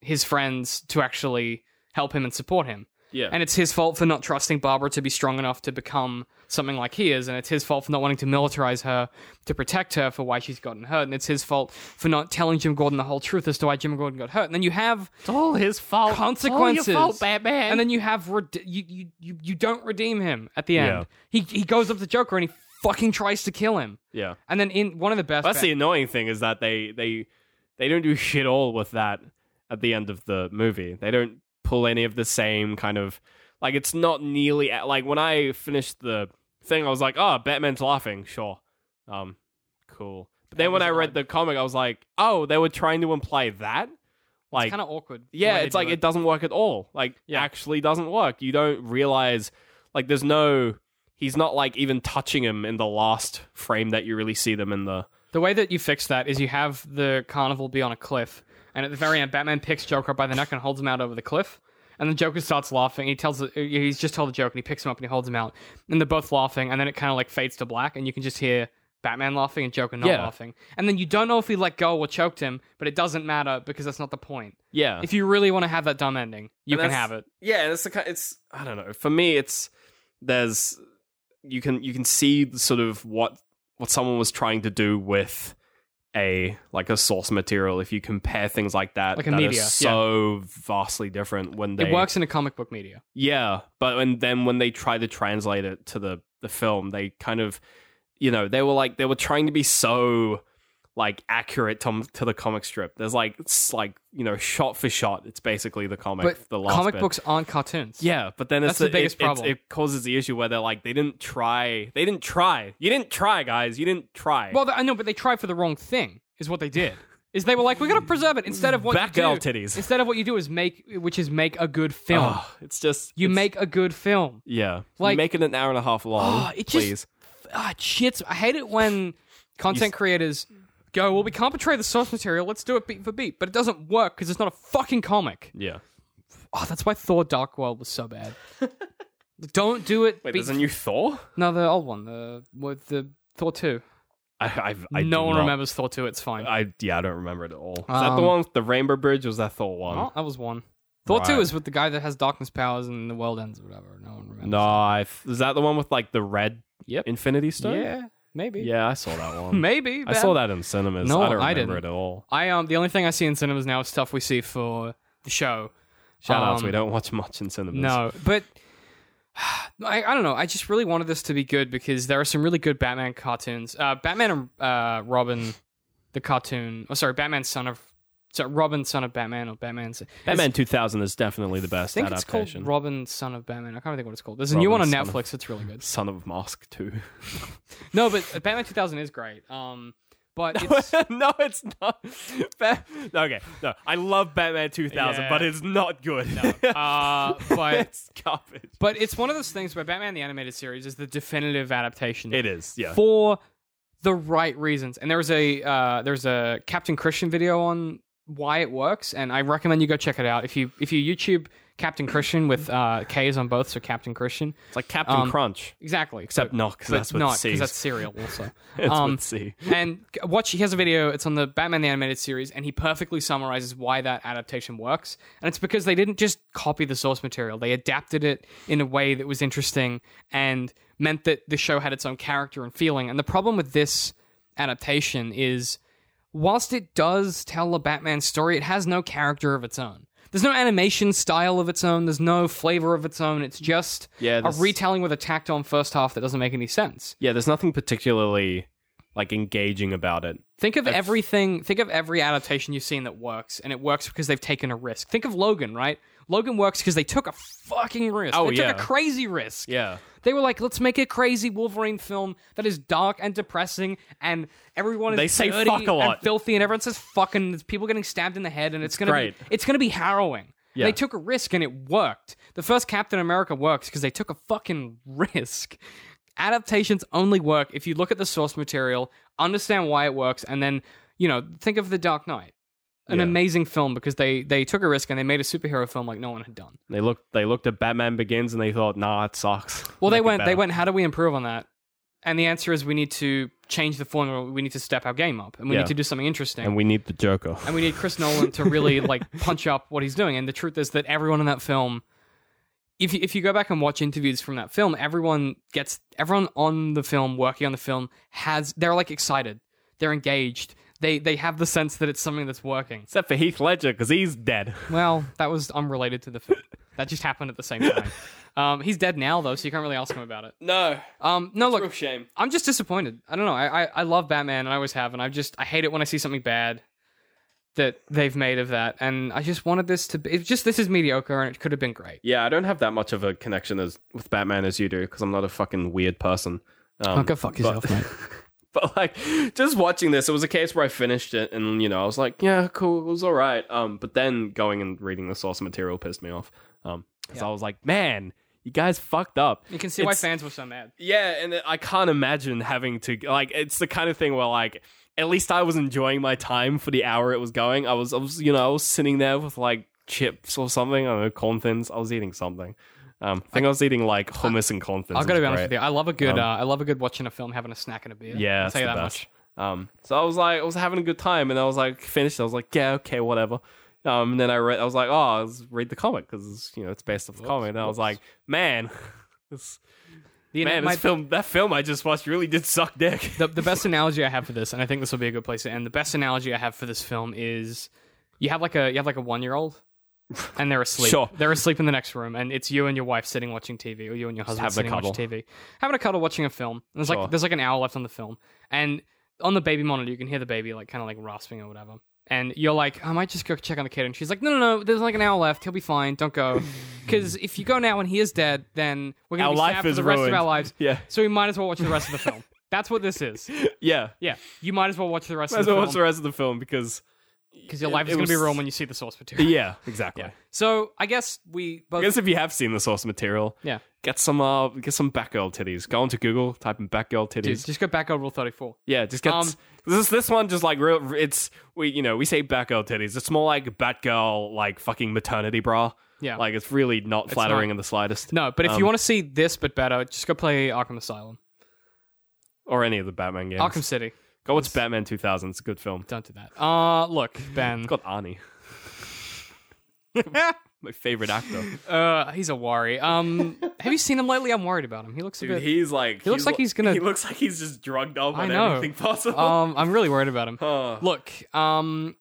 Speaker 1: his friends to actually help him and support him.
Speaker 5: Yeah.
Speaker 1: And it's his fault for not trusting Barbara to be strong enough to become something like he is. And it's his fault for not wanting to militarize her to protect her for why she's gotten hurt. And it's his fault for not telling Jim Gordon the whole truth as to why Jim Gordon got hurt. And then you have
Speaker 5: it's all his fault.
Speaker 1: consequences. And then you have rede- you, you you you don't redeem him at the end. He he goes up to Joker and he fucking tries to kill him.
Speaker 5: yeah.
Speaker 1: And then in one of the best
Speaker 5: That's the annoying thing is that they they they don't do shit all with that at the end of the movie. They don't pull any of the same kind of like it's not nearly like when I finished the thing, I was like, oh, Batman's laughing, sure, um, cool. But then when I read the comic, I was like, oh, they were trying to imply that, like
Speaker 1: kind of awkward. the
Speaker 5: yeah
Speaker 1: way they
Speaker 5: it's like
Speaker 1: do
Speaker 5: it. doesn't work at all like actually doesn't work you don't realize like there's no he's not like even touching him in the last frame that you really see them in the
Speaker 1: The way that you fix that is you have the carnival be on a cliff, and at the very end, Batman picks Joker up by the neck and holds him out over the cliff. And the Joker starts laughing. He tells uh, he's just told a joke, and he picks him up and he holds him out, and they're both laughing. And then it kind of like fades to black, and you can just hear Batman laughing and Joker not
Speaker 5: Yeah.
Speaker 1: laughing. And then you don't know if he let go or choked him, but it doesn't matter because that's not the point.
Speaker 5: yeah
Speaker 1: If you really want to have that dumb ending, you
Speaker 5: Uh-huh. And
Speaker 1: can
Speaker 5: that's-
Speaker 1: have it.
Speaker 5: yeah and it's the kind it's i don't know for me it's there's you can you can see the sort of what what someone was trying to do with a like a source material if you compare things like that
Speaker 1: Like a
Speaker 5: that are
Speaker 1: media, yeah.
Speaker 5: so vastly different when they
Speaker 1: It works in a comic book media.
Speaker 5: Yeah, but and then when they try to translate it to the the film, they kind of, you know, they were like they were trying to be so like accurate to, to the comic strip. There's like it's like you know shot for shot. It's basically the comic.
Speaker 1: But
Speaker 5: the last
Speaker 1: comic
Speaker 5: bit.
Speaker 1: books aren't cartoons.
Speaker 5: Yeah, but then it's
Speaker 1: That's the biggest
Speaker 5: it, it's-
Speaker 1: problem.
Speaker 5: It, causes the issue where they're like they didn't try. They didn't try. You didn't try, guys. You didn't try.
Speaker 1: Well, I know, but they tried for the wrong thing. Is what they did. Is they were like, we're gonna preserve it instead of what
Speaker 5: Batgirl
Speaker 1: you do.
Speaker 5: titties.
Speaker 1: Instead of what you do is make, which is make a good film.
Speaker 5: Ugh, it's just
Speaker 1: you
Speaker 5: it's-
Speaker 1: make a good film.
Speaker 5: yeah.
Speaker 1: like-
Speaker 5: Like, make it an hour and a half long,
Speaker 1: Oh, it just-
Speaker 5: please.
Speaker 1: Ah, it shits. I hate it when content creators go, well, we can't portray the source material. Let's do it beat for beat, but it doesn't work because it's not a fucking comic.
Speaker 5: yeah.
Speaker 1: Oh, that's why Thor: Dark World was so bad. Don't do it.
Speaker 5: Wait,
Speaker 1: beat-
Speaker 5: there's a new Thor.
Speaker 1: no, the old one, the with the Thor two.
Speaker 5: I, I've, I
Speaker 1: no
Speaker 5: do
Speaker 1: one
Speaker 5: not-
Speaker 1: remembers Thor two. It's fine.
Speaker 5: I yeah, I don't remember it at all. Is that the
Speaker 1: Um,
Speaker 5: one with the Rainbow Bridge? Or was that Thor one?
Speaker 1: Oh, that was one. Thor two
Speaker 5: Right.
Speaker 1: is with the guy that has darkness powers and the world ends or whatever. No one remembers.
Speaker 5: No, I f- is that the one with like the red
Speaker 1: Yep.
Speaker 5: Infinity Stone?
Speaker 1: Yeah, maybe.
Speaker 5: yeah, I saw that one.
Speaker 1: maybe.
Speaker 5: I saw that in cinemas.
Speaker 1: No,
Speaker 5: I don't
Speaker 1: I
Speaker 5: remember
Speaker 1: didn't.
Speaker 5: it at all.
Speaker 1: I um the only thing I see in cinemas now is stuff we see for the show.
Speaker 5: Shout outs,
Speaker 1: Um,
Speaker 5: we don't watch much in cinemas.
Speaker 1: No, but I, I don't know. I just really wanted this to be good because there are some really good Batman cartoons. Uh, Batman and uh, Robin, the cartoon. Oh, sorry, Batman son of. So Robin, son of Batman, or Batman's
Speaker 5: Batman 2000 is definitely the best
Speaker 1: I think it's called
Speaker 5: adaptation.
Speaker 1: Robin, son of Batman. I can't think what it's called. There's a new one
Speaker 5: Robin,
Speaker 1: on
Speaker 5: Son of-
Speaker 1: Netflix. It's really good.
Speaker 5: Son of Mask too.
Speaker 1: No, but Batman 2000 is great. Um, but it's, uh,
Speaker 5: no, it's not. Ba- no, okay, no, I love Batman 2000,
Speaker 1: Yeah.
Speaker 5: but it's not good.
Speaker 1: uh, but
Speaker 5: it's garbage.
Speaker 1: but it's one of those things where Batman the animated series is the definitive adaptation.
Speaker 5: It is, yeah.
Speaker 1: for the right reasons. And there was a uh, there's a Captain Christian video on why it works, and I recommend you go check it out. If you if you YouTube Captain Christian with uh, K's on both, so Captain Christian.
Speaker 5: It's like Captain
Speaker 1: Um,
Speaker 5: Crunch,
Speaker 1: Exactly.
Speaker 5: except
Speaker 1: so-
Speaker 5: not because
Speaker 1: but
Speaker 5: that's what
Speaker 1: not, 'cause
Speaker 5: C.
Speaker 1: that's cereal also.
Speaker 5: That's
Speaker 1: um,
Speaker 5: what C.
Speaker 1: and c- watch he has a video it's on the batman the animated series and he perfectly summarizes why that adaptation works and it's because they didn't just copy the source material they adapted it in a way that was interesting and meant that the show had its own character and feeling and the problem with this adaptation is whilst it does tell a batman story it has no character of its own there's no animation style of its own there's no flavor of its own it's just
Speaker 5: Yeah,
Speaker 1: a
Speaker 5: this-
Speaker 1: retelling with a tacked on first half that doesn't make any sense
Speaker 5: Yeah, there's nothing particularly like engaging about it.
Speaker 1: Think of everything. Think of every adaptation you've seen that works, and it works because they've taken a risk. Think of Logan, right? Logan works because they took a fucking risk.
Speaker 5: Oh,
Speaker 1: they
Speaker 5: yeah.
Speaker 1: took a crazy risk.
Speaker 5: Yeah.
Speaker 1: They were like, let's make a crazy Wolverine film that is dark and depressing, and everyone is
Speaker 5: They say
Speaker 1: dirty
Speaker 5: fuck a
Speaker 1: and
Speaker 5: lot.
Speaker 1: filthy, and everyone says fucking. and There's people getting stabbed in the head, and it's, gonna
Speaker 5: great.
Speaker 1: be it's gonna be harrowing.
Speaker 5: Yeah.
Speaker 1: They took a risk and it worked. The first Captain America works because they took a fucking risk. Adaptations only work if you look at the source material, understand why it works, and then you know think of the Dark Knight, an
Speaker 5: Yeah.
Speaker 1: amazing film because they they took a risk and they made a superhero film like no one had done.
Speaker 5: They looked they looked at Batman Begins and they thought, nah, it sucks.
Speaker 1: Well, they
Speaker 5: Make it
Speaker 1: went. They
Speaker 5: better.
Speaker 1: went. How do we improve on that? And the answer is we need to change the formula. We need to step our game up, and we
Speaker 5: Yeah.
Speaker 1: need to do something interesting.
Speaker 5: And we need the Joker.
Speaker 1: and we need Chris Nolan to really like punch up what he's doing. And the truth is that everyone in that film, if you, if you go back and watch interviews from that film, everyone gets everyone on the film working on the film has they're like excited, they're engaged, they they have the sense that it's something that's working.
Speaker 5: Except for Heath Ledger, because he's dead.
Speaker 1: Well, that was unrelated to the film. That just happened at the same time. Um, he's dead now though, so you can't really ask him about it.
Speaker 5: No.
Speaker 1: Um, no, look,
Speaker 5: shame.
Speaker 1: I'm just disappointed. I don't know. I, I I love Batman and I always have, and I just I hate it when I see something bad that they've made of that. And I just wanted this to be it's just this is mediocre and it could have been great.
Speaker 5: Yeah, I don't have that much of a connection as with Batman as you do, because I'm not a fucking weird person. Um,
Speaker 1: Oh, go fuck yourself, mate.
Speaker 5: but like just watching this it was a case where i finished it and you know i was like yeah cool it was all right um but then going and reading the source material pissed me off um because i was like man you guys fucked up
Speaker 1: You can see why
Speaker 5: It's-
Speaker 1: fans were so mad.
Speaker 5: yeah and it- i can't imagine having to like it's the kind of thing where like at least i was enjoying my time for the hour it was going i was i was you know i was sitting there with like chips or something i don't know corn thins i was eating something um, I think I, was eating like hummus and corn thins.
Speaker 1: I
Speaker 5: It
Speaker 1: gotta
Speaker 5: was
Speaker 1: be honest
Speaker 5: great.
Speaker 1: with you. I love a good
Speaker 5: Um,
Speaker 1: uh, I love a good watching a film, having a snack and a beer.
Speaker 5: Yeah,
Speaker 1: I'll
Speaker 5: it's
Speaker 1: tell you
Speaker 5: the
Speaker 1: that
Speaker 5: best.
Speaker 1: much.
Speaker 5: Um, so I was like, I was having a good time, and I was like, finished. I was like, yeah, okay, whatever. Um, and then I read, I was like, oh, let's read the comic because you know it's based off the comic. And I was like, man, this,
Speaker 1: The,
Speaker 5: man,
Speaker 1: my-
Speaker 5: this film, that film I just watched really did suck dick.
Speaker 1: the, the best analogy I have for this, and I think this will be a good place to end. The best analogy I have for this film is you have like a you have like a one year old, and they're asleep.
Speaker 5: Sure.
Speaker 1: They're asleep in the next room, and it's you and your wife sitting watching TV, or you and your husband
Speaker 5: having
Speaker 1: sitting
Speaker 5: a
Speaker 1: watching
Speaker 5: cuddle.
Speaker 1: TV, having a cuddle, watching a film. And there's
Speaker 5: Sure.
Speaker 1: like there's like an hour left on the film, and on the baby monitor you can hear the baby like kind of like rasping or whatever. And you're like, I might just go check on the kid. And she's like, No, no, no. There's like an hour left. He'll be fine. Don't go, because if you go now and he is dead, then we're gonna
Speaker 5: Our
Speaker 1: be
Speaker 5: life
Speaker 1: sad for
Speaker 5: is
Speaker 1: the rest
Speaker 5: ruined.
Speaker 1: of our lives.
Speaker 5: Yeah.
Speaker 1: So we might as well watch the rest of the film. That's what this is.
Speaker 5: yeah,
Speaker 1: Yeah, you might as well watch the rest of
Speaker 5: might as
Speaker 1: the
Speaker 5: well watch the
Speaker 1: film
Speaker 5: rest of the film because
Speaker 1: because your
Speaker 5: it-
Speaker 1: life is
Speaker 5: it
Speaker 1: going to be
Speaker 5: was-
Speaker 1: ruined when you see the source material.
Speaker 5: yeah, exactly.
Speaker 1: So I guess we both.
Speaker 5: I guess if you have seen the source material,
Speaker 1: Yeah.
Speaker 5: get some uh, get some Batgirl titties. Go onto Google, type in Batgirl titties.
Speaker 1: Dude, just go back over Rule Thirty Four.
Speaker 5: Yeah, just get
Speaker 1: Um,
Speaker 5: this. This one just like real. It's we you know we say Batgirl titties. It's more like Batgirl like fucking maternity bra.
Speaker 1: Yeah.
Speaker 5: like it's really not flattering
Speaker 1: not.
Speaker 5: in the slightest.
Speaker 1: No, but if you
Speaker 5: Um,
Speaker 1: want to see this but better, just go play Arkham Asylum,
Speaker 5: or any of the Batman games.
Speaker 1: Arkham City.
Speaker 5: Go watch Batman 2000. It's a good film.
Speaker 1: Don't do that. Uh look, Ben.
Speaker 5: It's got Arnie, my favorite actor.
Speaker 1: uh, he's a worry. Um, have you seen him lately? I'm worried about him. He looks a
Speaker 5: Dude,
Speaker 1: bit.
Speaker 5: he's like
Speaker 1: He looks like he's gonna-
Speaker 5: He looks like he's just drugged up
Speaker 1: I
Speaker 5: on
Speaker 1: know.
Speaker 5: everything possible.
Speaker 1: um, I'm really worried about him.
Speaker 5: Huh.
Speaker 1: Look, um,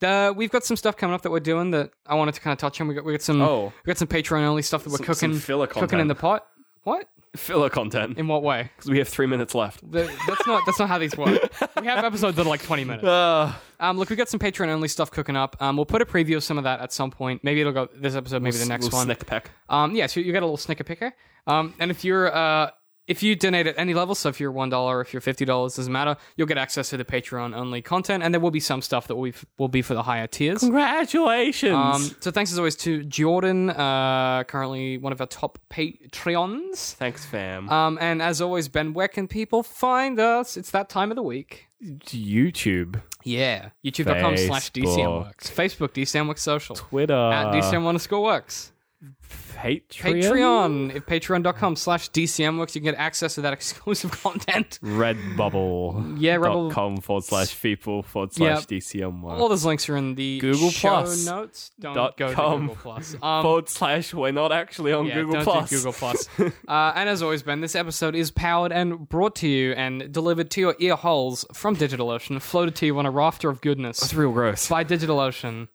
Speaker 1: the, we've got some stuff coming up that we're doing that I wanted to kind of touch on. We got we got some
Speaker 5: Oh.
Speaker 1: we got some Patreon only stuff that we're
Speaker 5: Some- some
Speaker 1: cooking
Speaker 5: filler
Speaker 1: cooking in
Speaker 5: content.
Speaker 1: the pot. What?
Speaker 5: Filler content
Speaker 1: In what way?
Speaker 5: because we have three minutes left.
Speaker 1: Th- that's not that's not how these work. We have episodes that are like twenty minutes.
Speaker 5: Uh,
Speaker 1: Um, look, we got some Patreon only stuff cooking up. Um, we'll put a preview of some of that at some point. Maybe it'll go this episode, maybe the next
Speaker 5: little
Speaker 1: one.
Speaker 5: Snick peck.
Speaker 1: Um, yeah, so you got a little snicker picker. Um, and if you're uh, if you donate at any level, so if you're one dollar, if you're fifty dollars, doesn't matter. You'll get access to the Patreon only content, and there will be some stuff that will be, will be for the higher tiers.
Speaker 5: Congratulations.
Speaker 1: Um, so thanks as always to Jordan, uh, currently one of our top Patreons.
Speaker 5: Thanks, fam.
Speaker 1: Um, and as always, Ben, where can people find us? It's that time of the week.
Speaker 5: YouTube.
Speaker 1: Yeah. YouTube.com slash DCM
Speaker 5: Facebook.
Speaker 1: Works. Facebook, DCM Works Social.
Speaker 5: Twitter.
Speaker 1: at DCM underscore Works.
Speaker 5: Patreon?
Speaker 1: Patreon. If patreon.com slash DCM works, you can get access to that exclusive content.
Speaker 5: Redbubble.
Speaker 1: Yeah, Redbubble.
Speaker 5: com forward slash people forward
Speaker 1: Yeah.
Speaker 5: slash DCM
Speaker 1: All
Speaker 5: one.
Speaker 1: those links are in the
Speaker 5: Google
Speaker 1: show
Speaker 5: Plus
Speaker 1: notes. Don't
Speaker 5: dot
Speaker 1: go
Speaker 5: com.
Speaker 1: to Google Plus. Um,
Speaker 5: Forward slash we're not actually on
Speaker 1: yeah,
Speaker 5: Google
Speaker 1: don't
Speaker 5: Plus.
Speaker 1: do Google Plus. uh, and as always, Ben, this episode is powered and brought to you and delivered to your ear holes from DigitalOcean, floated to you on a rafter of goodness.
Speaker 5: real gross.
Speaker 1: By DigitalOcean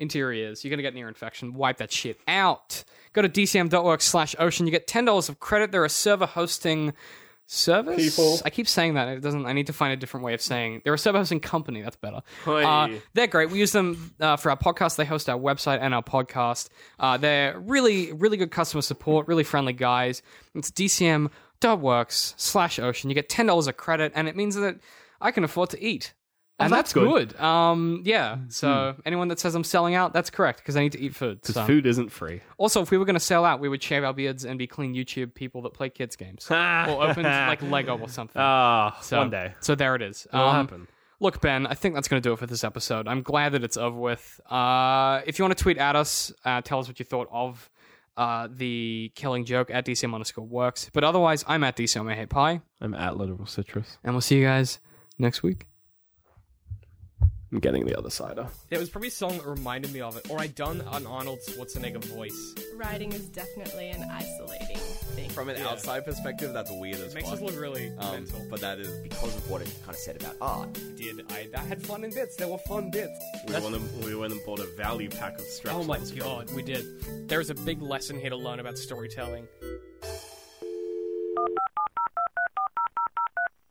Speaker 1: into your ears. You're going to get an ear infection. Wipe that shit out. Go to dcm.org slash ocean. You get $10 of credit. They're a server hosting service.
Speaker 5: People.
Speaker 1: I keep saying that. It doesn't. I need to find a different way of saying They're a server hosting company. That's better.
Speaker 5: Hey.
Speaker 1: Uh, they're great. We use them uh, for our podcast. They host our website and our podcast. Uh, they're really, really good customer support, really friendly guys. It's dcm.works slash ocean. You get $10 of credit, and it means that I can afford to eat. and
Speaker 5: Oh, that's
Speaker 1: that's
Speaker 5: good.
Speaker 1: good. Um, yeah. So anyone that says I'm selling out, that's correct because I need to eat food. So.
Speaker 5: Hmm. Food isn't free.
Speaker 1: Also, if we were going to sell out, we would shave our beards and be clean YouTube people that play kids games or open like Lego or something.
Speaker 5: Ah,
Speaker 1: so,
Speaker 5: one day.
Speaker 1: So there it is.
Speaker 5: It'll
Speaker 1: Um,
Speaker 5: happen.
Speaker 1: Look, Ben, I think that's going to do it for this episode. I'm glad that it's over with. Uh, if you want to tweet at us, uh, tell us what you thought of uh, the killing joke at DCM underscore works. But otherwise, I'm at DCM I hate pie,
Speaker 5: I'm at Literal Citrus.
Speaker 1: and we'll see you guys next week.
Speaker 5: I'm getting the other cider.
Speaker 6: There was probably a song that reminded me of it, or I done an Arnold Schwarzenegger voice.
Speaker 2: Writing is definitely an isolating thing.
Speaker 3: From an outside perspective, that's weird as
Speaker 6: It makes
Speaker 3: fuck.
Speaker 6: us look really
Speaker 3: um,
Speaker 6: mental.
Speaker 3: but that is.
Speaker 4: Because of what it kind of said about art.
Speaker 6: did I, I had fun in bits. There were fun bits.
Speaker 3: We went, and, we went and bought a value pack of straps.
Speaker 6: Oh my
Speaker 3: last week.
Speaker 6: god, we did. There is a big lesson here to learn about storytelling.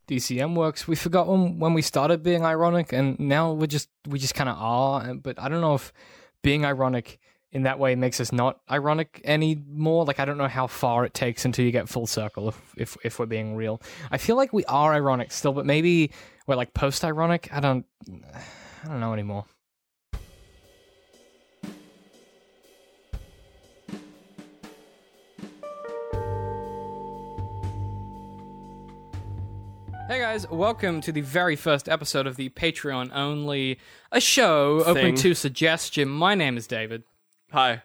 Speaker 1: DCM works. We forgot when when we started being ironic, and now we're just we just kind of are. and- But I don't know if being ironic in that way makes us not ironic anymore. Like I don't know how far it takes until you get full circle. If if if we're being real, I feel like we are ironic still, but maybe we're like post ironic. I don't I don't know anymore. Hey guys, welcome to the very first episode of the Patreon only a show
Speaker 5: Thing.
Speaker 1: open to suggestion. My name is David.
Speaker 5: Hi.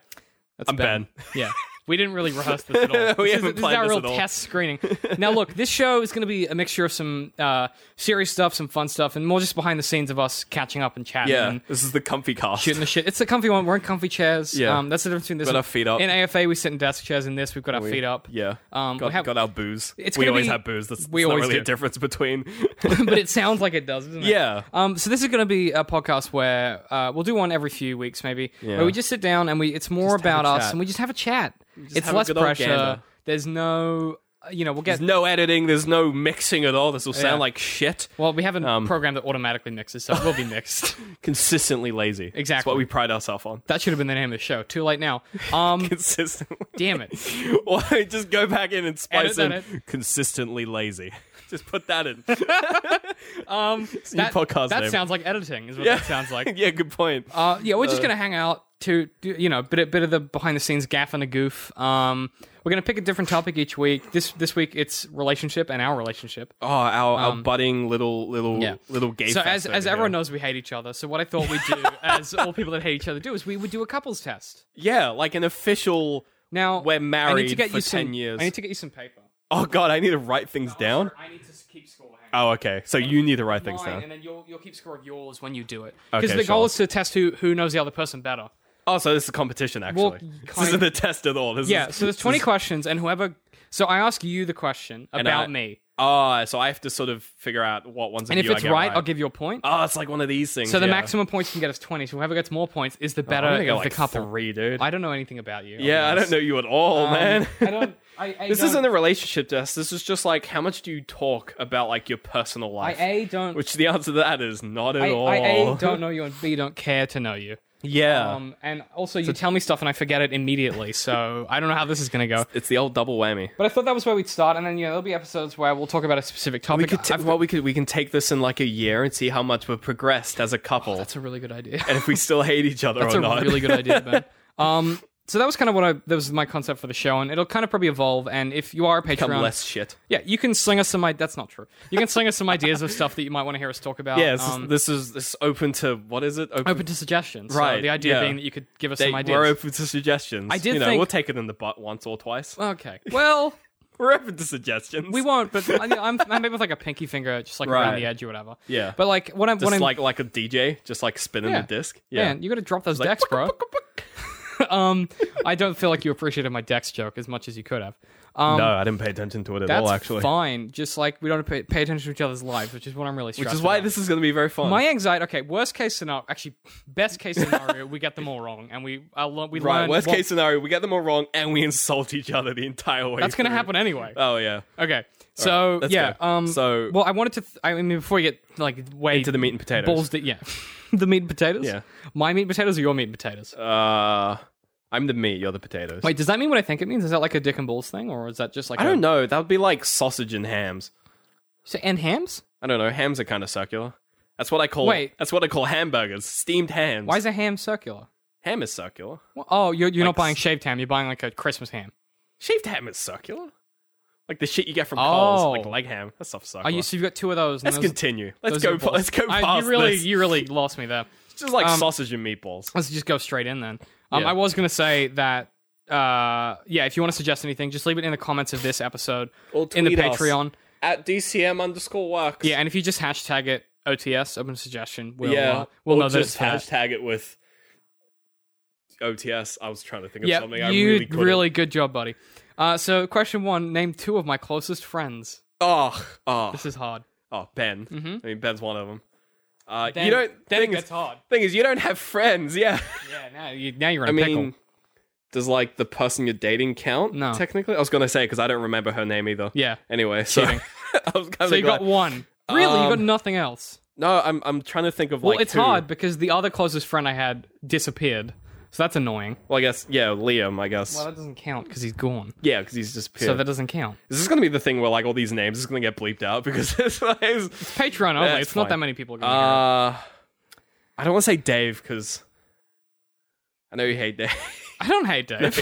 Speaker 1: That's
Speaker 5: I'm Ben.
Speaker 1: Yeah. We didn't really rehearse this at all.
Speaker 5: We
Speaker 1: this
Speaker 5: haven't
Speaker 1: is, this
Speaker 5: planned
Speaker 1: is our
Speaker 5: this
Speaker 1: real
Speaker 5: at all.
Speaker 1: test screening. now, look, this show is going to be a mixture of some uh, serious stuff, some fun stuff, and more just behind the scenes of us catching up and chatting
Speaker 5: Yeah,
Speaker 1: and
Speaker 5: this is the comfy cast.
Speaker 1: shooting the shit. It's a comfy one. We're in comfy chairs.
Speaker 5: Yeah.
Speaker 1: Um, that's the difference between this. and-
Speaker 5: Got our feet up.
Speaker 1: In AFA, we sit in desk chairs. In this, we've got our feet up.
Speaker 5: Yeah.
Speaker 1: Um,
Speaker 5: got,
Speaker 1: we have-
Speaker 5: got our booze.
Speaker 1: It's
Speaker 5: we
Speaker 1: gonna
Speaker 5: always
Speaker 1: be-
Speaker 5: have booze. That's,
Speaker 1: we
Speaker 5: that's not
Speaker 1: always
Speaker 5: really a
Speaker 1: do.
Speaker 5: difference between.
Speaker 1: but it sounds like it does, doesn't it?
Speaker 5: yeah.
Speaker 1: Um, so this is going to be a podcast where uh, we'll do one every few weeks, maybe.
Speaker 5: Yeah.
Speaker 1: Where we just sit down and we it's more
Speaker 5: have a
Speaker 1: about us
Speaker 5: chat.
Speaker 1: and we just have a chat. It's
Speaker 5: have a
Speaker 1: less
Speaker 5: good old
Speaker 1: pressure.
Speaker 5: gander.
Speaker 1: There's no, uh, you know, we'll get
Speaker 5: There's no editing. There's no mixing at all. This will sound
Speaker 1: Yeah.
Speaker 5: like shit.
Speaker 1: Well, we have a
Speaker 5: Um,
Speaker 1: program that automatically mixes, so it will be mixed.
Speaker 5: Consistently lazy. That's
Speaker 1: Exactly.
Speaker 5: what we pride ourselves on.
Speaker 1: that should have been the name of the show. Too late now. Um,
Speaker 5: Consistently.
Speaker 1: damn it.
Speaker 5: Or just go back in and
Speaker 1: Edit
Speaker 5: spice
Speaker 1: that
Speaker 5: in consistently lazy. Just put that in.
Speaker 1: Um, that,
Speaker 5: podcast
Speaker 1: that
Speaker 5: name.
Speaker 1: sounds like editing, is what
Speaker 5: Yeah.
Speaker 1: that sounds like.
Speaker 5: yeah, good point.
Speaker 1: Uh, yeah, we're just gonna hang out to do, you know bit of- bit of the behind the scenes gaff and a goof. Um, we're gonna pick a different topic each week. This this week it's relationship and our relationship.
Speaker 5: oh, our, our budding little little
Speaker 1: um, yeah.
Speaker 5: little gay.
Speaker 1: So as
Speaker 5: fest
Speaker 1: as
Speaker 5: over
Speaker 1: everyone
Speaker 5: here.
Speaker 1: knows, we hate each other. So what I thought we'd do, as all people that hate each other do, is we would do a couples test.
Speaker 5: yeah, like an official.
Speaker 1: Now
Speaker 5: We're
Speaker 1: I need to
Speaker 5: married
Speaker 1: get
Speaker 5: for
Speaker 1: you some,
Speaker 5: 10 years.
Speaker 1: I need to get you some paper.
Speaker 5: Oh God, I need to write things down.
Speaker 1: I need to keep score. Hang on.
Speaker 5: Oh, okay. So you need to write things
Speaker 1: mine,
Speaker 5: down.
Speaker 1: and then you'll you'll keep score of yours when you do it. Because
Speaker 5: Okay,
Speaker 1: the goal
Speaker 5: sure.
Speaker 1: is to test who who knows the other person better.
Speaker 5: Oh, so this is a competition actually.
Speaker 1: Well,
Speaker 5: this
Speaker 1: kind-
Speaker 5: isn't a test at all. This
Speaker 1: Yeah.
Speaker 5: Is,
Speaker 1: So there's 20 questions, and whoever. So I ask you the question
Speaker 5: And
Speaker 1: about
Speaker 5: I-
Speaker 1: me,
Speaker 5: Oh, so I have to sort of figure out what ones.
Speaker 1: and
Speaker 5: of
Speaker 1: if
Speaker 5: you I
Speaker 1: it's
Speaker 5: get
Speaker 1: right, I'll give you a point.
Speaker 5: Oh, it's like one of these things.
Speaker 1: so the
Speaker 5: yeah. Oh,
Speaker 1: maximum points you can get is 20. So whoever gets more points is the
Speaker 5: I'm
Speaker 1: better
Speaker 5: gonna
Speaker 1: of
Speaker 5: go,
Speaker 1: the
Speaker 5: like
Speaker 1: couple.
Speaker 5: Three, dude.
Speaker 1: I don't know anything about you. I'll be
Speaker 5: yeah, I don't
Speaker 1: honest.
Speaker 5: know you at all, man.
Speaker 1: I don't. I, I
Speaker 5: this
Speaker 1: don't,
Speaker 5: isn't a relationship test. This is just like how much do you talk about like your personal
Speaker 1: I
Speaker 5: life?
Speaker 1: a don't.
Speaker 5: Which the answer to that is not at
Speaker 1: I,
Speaker 5: all.
Speaker 1: I a don't know you, and b don't care to know you.
Speaker 5: Yeah.
Speaker 1: Um, and also you tell me stuff, and I forget it immediately. So I don't know how this is gonna go.
Speaker 5: it's the old double whammy.
Speaker 1: But I thought that was where we'd start, and then you know there'll be episodes where we'll talk about a specific
Speaker 5: We
Speaker 1: topic.
Speaker 5: could t-
Speaker 1: I've-
Speaker 5: well, we could we can take this in like a year and see how much we've progressed as a couple,
Speaker 1: that's a really good idea.
Speaker 5: and if we still hate each other
Speaker 1: that's
Speaker 5: or
Speaker 1: a
Speaker 5: not.
Speaker 1: really good idea, Ben. Um, so that was kind of what I that was my concept for the show, and it'll kind of probably evolve. And if you are a
Speaker 5: Become
Speaker 1: Patreon,
Speaker 5: less shit.
Speaker 1: yeah, you can sling us some. I- That's not true. You can sling us some ideas of stuff that you might want to hear us talk about.
Speaker 5: Yeah, this,
Speaker 1: um,
Speaker 5: is, this is this is open to what is it? Open,
Speaker 1: open to suggestions. So
Speaker 5: Right,
Speaker 1: the idea
Speaker 5: yeah.
Speaker 1: being that you could give us
Speaker 5: they,
Speaker 1: some ideas.
Speaker 5: We're open to suggestions.
Speaker 1: I did
Speaker 5: you know,
Speaker 1: think-
Speaker 5: we'll take it in the butt once or twice.
Speaker 1: okay. Well,
Speaker 5: We're open to suggestions.
Speaker 1: we won't. But I, I'm, I'm maybe with like a pinky finger, just like around
Speaker 5: Right.
Speaker 1: the edge or whatever.
Speaker 5: Yeah.
Speaker 1: But like what I'm
Speaker 5: just
Speaker 1: what I'm
Speaker 5: like like a DJ, just like spinning
Speaker 1: Yeah.
Speaker 5: the disc. Yeah.
Speaker 1: man, you got to drop those
Speaker 5: like,
Speaker 1: decks, bro. um, I don't feel like you appreciated my decks joke as much as you could have. Um,
Speaker 5: no, I didn't pay attention to it at
Speaker 1: that's
Speaker 5: all. Actually,
Speaker 1: fine. Just like we don't pay, pay attention to each other's lives, which is what I'm really.
Speaker 5: which
Speaker 1: stressed
Speaker 5: is why
Speaker 1: about.
Speaker 5: this is going to be very fun.
Speaker 1: My anxiety. Okay, worst case scenario. Actually, best case scenario, we get them all wrong, and we I lo- we
Speaker 5: right.
Speaker 1: learn.
Speaker 5: Worst
Speaker 1: what-
Speaker 5: case scenario, we get them all wrong and we insult each other the entire way.
Speaker 1: That's going to
Speaker 5: through.
Speaker 1: happen anyway.
Speaker 5: Oh yeah.
Speaker 1: okay, so
Speaker 5: let's
Speaker 1: yeah.
Speaker 5: go.
Speaker 1: Um.
Speaker 5: So-
Speaker 1: well, I wanted to. Th- I mean, before we get like way
Speaker 5: Into the meat and potatoes.
Speaker 1: balls. That yeah, the meat and potatoes.
Speaker 5: Yeah.
Speaker 1: my meat and potatoes or your meat and potatoes.
Speaker 5: Uh, I'm the meat. You're the potatoes.
Speaker 1: Wait, does that mean what I think it means? Is that like a dick and balls thing, or is that just like
Speaker 5: I
Speaker 1: a-
Speaker 5: don't know. That would be like sausage and hams.
Speaker 1: So, and hams?
Speaker 5: I don't know. Hams are kind of circular. That's what I call.
Speaker 1: Wait.
Speaker 5: That's what I call hamburgers. Steamed hams.
Speaker 1: Why is a ham circular?
Speaker 5: ham is circular?
Speaker 1: Wha- Oh, you're, you're
Speaker 5: Like
Speaker 1: not buying
Speaker 5: s-
Speaker 1: shaved ham. You're buying like a Christmas ham.
Speaker 5: Shaved ham is circular. Like the shit you get from Coles,
Speaker 1: Oh.
Speaker 5: like leg ham. That stuff's circular.
Speaker 1: Are you? So you've got two of those. And
Speaker 5: Let's
Speaker 1: those,
Speaker 5: continue. Let's
Speaker 1: those
Speaker 5: go.
Speaker 1: are
Speaker 5: Pa-
Speaker 1: balls.
Speaker 5: let's go
Speaker 1: I-
Speaker 5: past
Speaker 1: you really,
Speaker 5: this.
Speaker 1: you really lost me there.
Speaker 5: It's just like
Speaker 1: um,
Speaker 5: sausage and meatballs.
Speaker 1: Let's just go straight in then. Um,
Speaker 5: Yeah.
Speaker 1: I was going to say that. Uh, yeah, if you want to suggest anything, just leave it in the comments of this episode
Speaker 5: Or
Speaker 1: in the
Speaker 5: tweet us.
Speaker 1: Patreon.
Speaker 5: At DCM underscore works.
Speaker 1: Yeah, and if you just hashtag it OTS open suggestion, we'll
Speaker 5: yeah.
Speaker 1: uh, we'll
Speaker 5: or
Speaker 1: know that it's
Speaker 5: just
Speaker 1: that.
Speaker 5: hashtag it with OTS. I was trying to think of
Speaker 1: Yeah,
Speaker 5: something. I
Speaker 1: you
Speaker 5: really couldn't.
Speaker 1: good job, buddy. Uh, so question one: Name two of my closest friends.
Speaker 5: Oh, oh,
Speaker 1: This is hard.
Speaker 5: oh, Ben. I mean, Ben's one of them. Uh,
Speaker 1: Then-
Speaker 5: you don't.
Speaker 1: then it
Speaker 5: thing is-
Speaker 1: Mm-hmm. gets hard.
Speaker 5: Thing is, you don't have friends. Yeah.
Speaker 1: Yeah, now you now you're in
Speaker 5: I
Speaker 1: a
Speaker 5: mean,
Speaker 1: pickle.
Speaker 5: does like the person you're dating count?
Speaker 1: No.
Speaker 5: Technically, I was gonna say because I don't remember her name either.
Speaker 1: Yeah.
Speaker 5: Anyway, so
Speaker 1: Cheating.
Speaker 5: I was kind
Speaker 1: So
Speaker 5: of
Speaker 1: you got one. Really, you got
Speaker 5: Um,
Speaker 1: nothing else.
Speaker 5: no. I'm I'm trying to think of
Speaker 1: Well,
Speaker 5: like
Speaker 1: it's
Speaker 5: who-
Speaker 1: hard because the other closest friend I had disappeared, so that's annoying.
Speaker 5: Well, I guess yeah, Liam. I guess
Speaker 1: Well, that doesn't count because he's gone.
Speaker 5: yeah, because he's just
Speaker 1: So that doesn't count.
Speaker 5: Is this gonna be the thing where like all these names is gonna get bleeped out because it's like it's-
Speaker 1: Patreon only.
Speaker 5: That's
Speaker 1: it's not
Speaker 5: fine.
Speaker 1: that many people. Are
Speaker 5: uh,
Speaker 1: gonna hear it.
Speaker 5: I don't want to say Dave because I know you hate Dave.
Speaker 1: I don't hate Dave.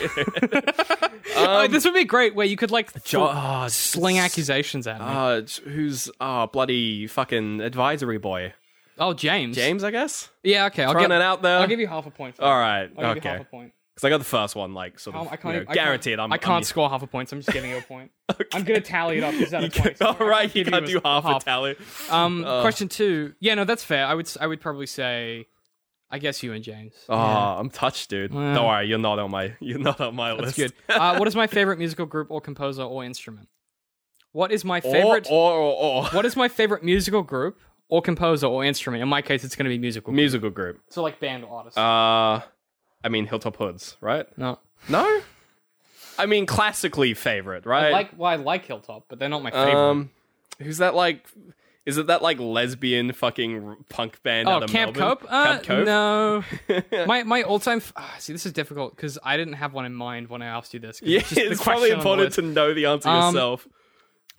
Speaker 1: Oh, this would be great where you could like th-
Speaker 5: um, Jo- oh,
Speaker 1: sling accusations at me.
Speaker 5: Uh, it's- who's uh bloody fucking advisory boy?
Speaker 1: oh, James.
Speaker 5: James, I guess.
Speaker 1: Yeah. Okay. I'll
Speaker 5: Throwing
Speaker 1: get.
Speaker 5: it out there.
Speaker 1: I'll give you half a point. For
Speaker 5: All
Speaker 1: that.
Speaker 5: right.
Speaker 1: I'll give you
Speaker 5: okay.
Speaker 1: half a point.
Speaker 5: Because I got the first one, like sort of,
Speaker 1: Um, I
Speaker 5: you
Speaker 1: can't.
Speaker 5: know,
Speaker 1: I can't-
Speaker 5: guaranteed. I'm,
Speaker 1: I can't
Speaker 5: I'm,
Speaker 1: score half a point. So I'm just giving you a point. I'm gonna tally it up. Is that a
Speaker 5: You
Speaker 1: point?
Speaker 5: can,
Speaker 1: So
Speaker 5: all
Speaker 1: I
Speaker 5: right, you
Speaker 1: give
Speaker 5: can't do
Speaker 1: a-
Speaker 5: half, a Oh. tally.
Speaker 1: Um, question two. Yeah, no, that's fair. I would s- I would probably say, I guess you and James.
Speaker 5: Oh, I'm touched, dude.
Speaker 1: Yeah.
Speaker 5: Don't worry, you're not on my you're not on my
Speaker 1: that's
Speaker 5: list.
Speaker 1: good. Uh, what is my favorite musical group or composer or instrument? What is my
Speaker 5: Or,
Speaker 1: favorite?
Speaker 5: or, or, or.
Speaker 1: What is my favorite musical group or composer or instrument? In my case, it's going to be musical. group.
Speaker 5: musical group?
Speaker 1: So like band or artist.
Speaker 5: Uh, I mean Hilltop Hoods, right?
Speaker 1: no,
Speaker 5: No, I mean classically favorite, right?
Speaker 1: I like well, I like Hilltop, but they're not my favorite.
Speaker 5: um, who's that? Like, is it that like lesbian fucking r- punk band?
Speaker 1: oh,
Speaker 5: out of
Speaker 1: Camp
Speaker 5: Melbourne?
Speaker 1: Cope? Uh,
Speaker 5: Camp Cope.
Speaker 1: No, my my all time. F- ah, see, this is difficult because I didn't have one in mind when I asked you this. 'cause
Speaker 5: Yeah,
Speaker 1: just the
Speaker 5: it's
Speaker 1: question on
Speaker 5: probably
Speaker 1: the
Speaker 5: important
Speaker 1: list.
Speaker 5: to know the answer
Speaker 1: Um,
Speaker 5: yourself.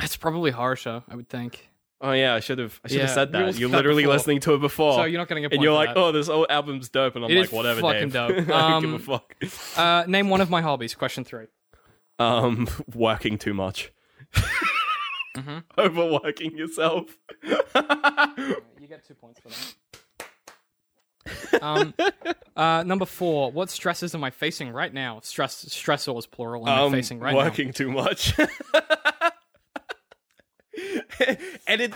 Speaker 1: It's probably horror show, I would think.
Speaker 5: Oh yeah, I should have. I should have
Speaker 1: Yeah,
Speaker 5: said
Speaker 1: we
Speaker 5: that.
Speaker 1: also
Speaker 5: You're
Speaker 1: said that
Speaker 5: literally
Speaker 1: before.
Speaker 5: listening to it before,
Speaker 1: So you're not gonna get
Speaker 5: Oh. and
Speaker 1: points
Speaker 5: you're
Speaker 1: for
Speaker 5: like,
Speaker 1: that.
Speaker 5: "Oh, this old album's dope," and I'm
Speaker 1: It
Speaker 5: like,
Speaker 1: is
Speaker 5: "Whatever,
Speaker 1: fucking
Speaker 5: Dave.
Speaker 1: dope.
Speaker 5: I don't
Speaker 1: Um,
Speaker 5: give a fuck."
Speaker 1: Uh, name one of my hobbies. Question three.
Speaker 5: Um, working too much,
Speaker 1: Mm-hmm.
Speaker 5: overworking yourself.
Speaker 1: You get two points for that. um, uh, number four. What stresses am I facing right now? Stress stressors plural. Am
Speaker 5: um,
Speaker 1: I facing right
Speaker 5: working too much. Edit.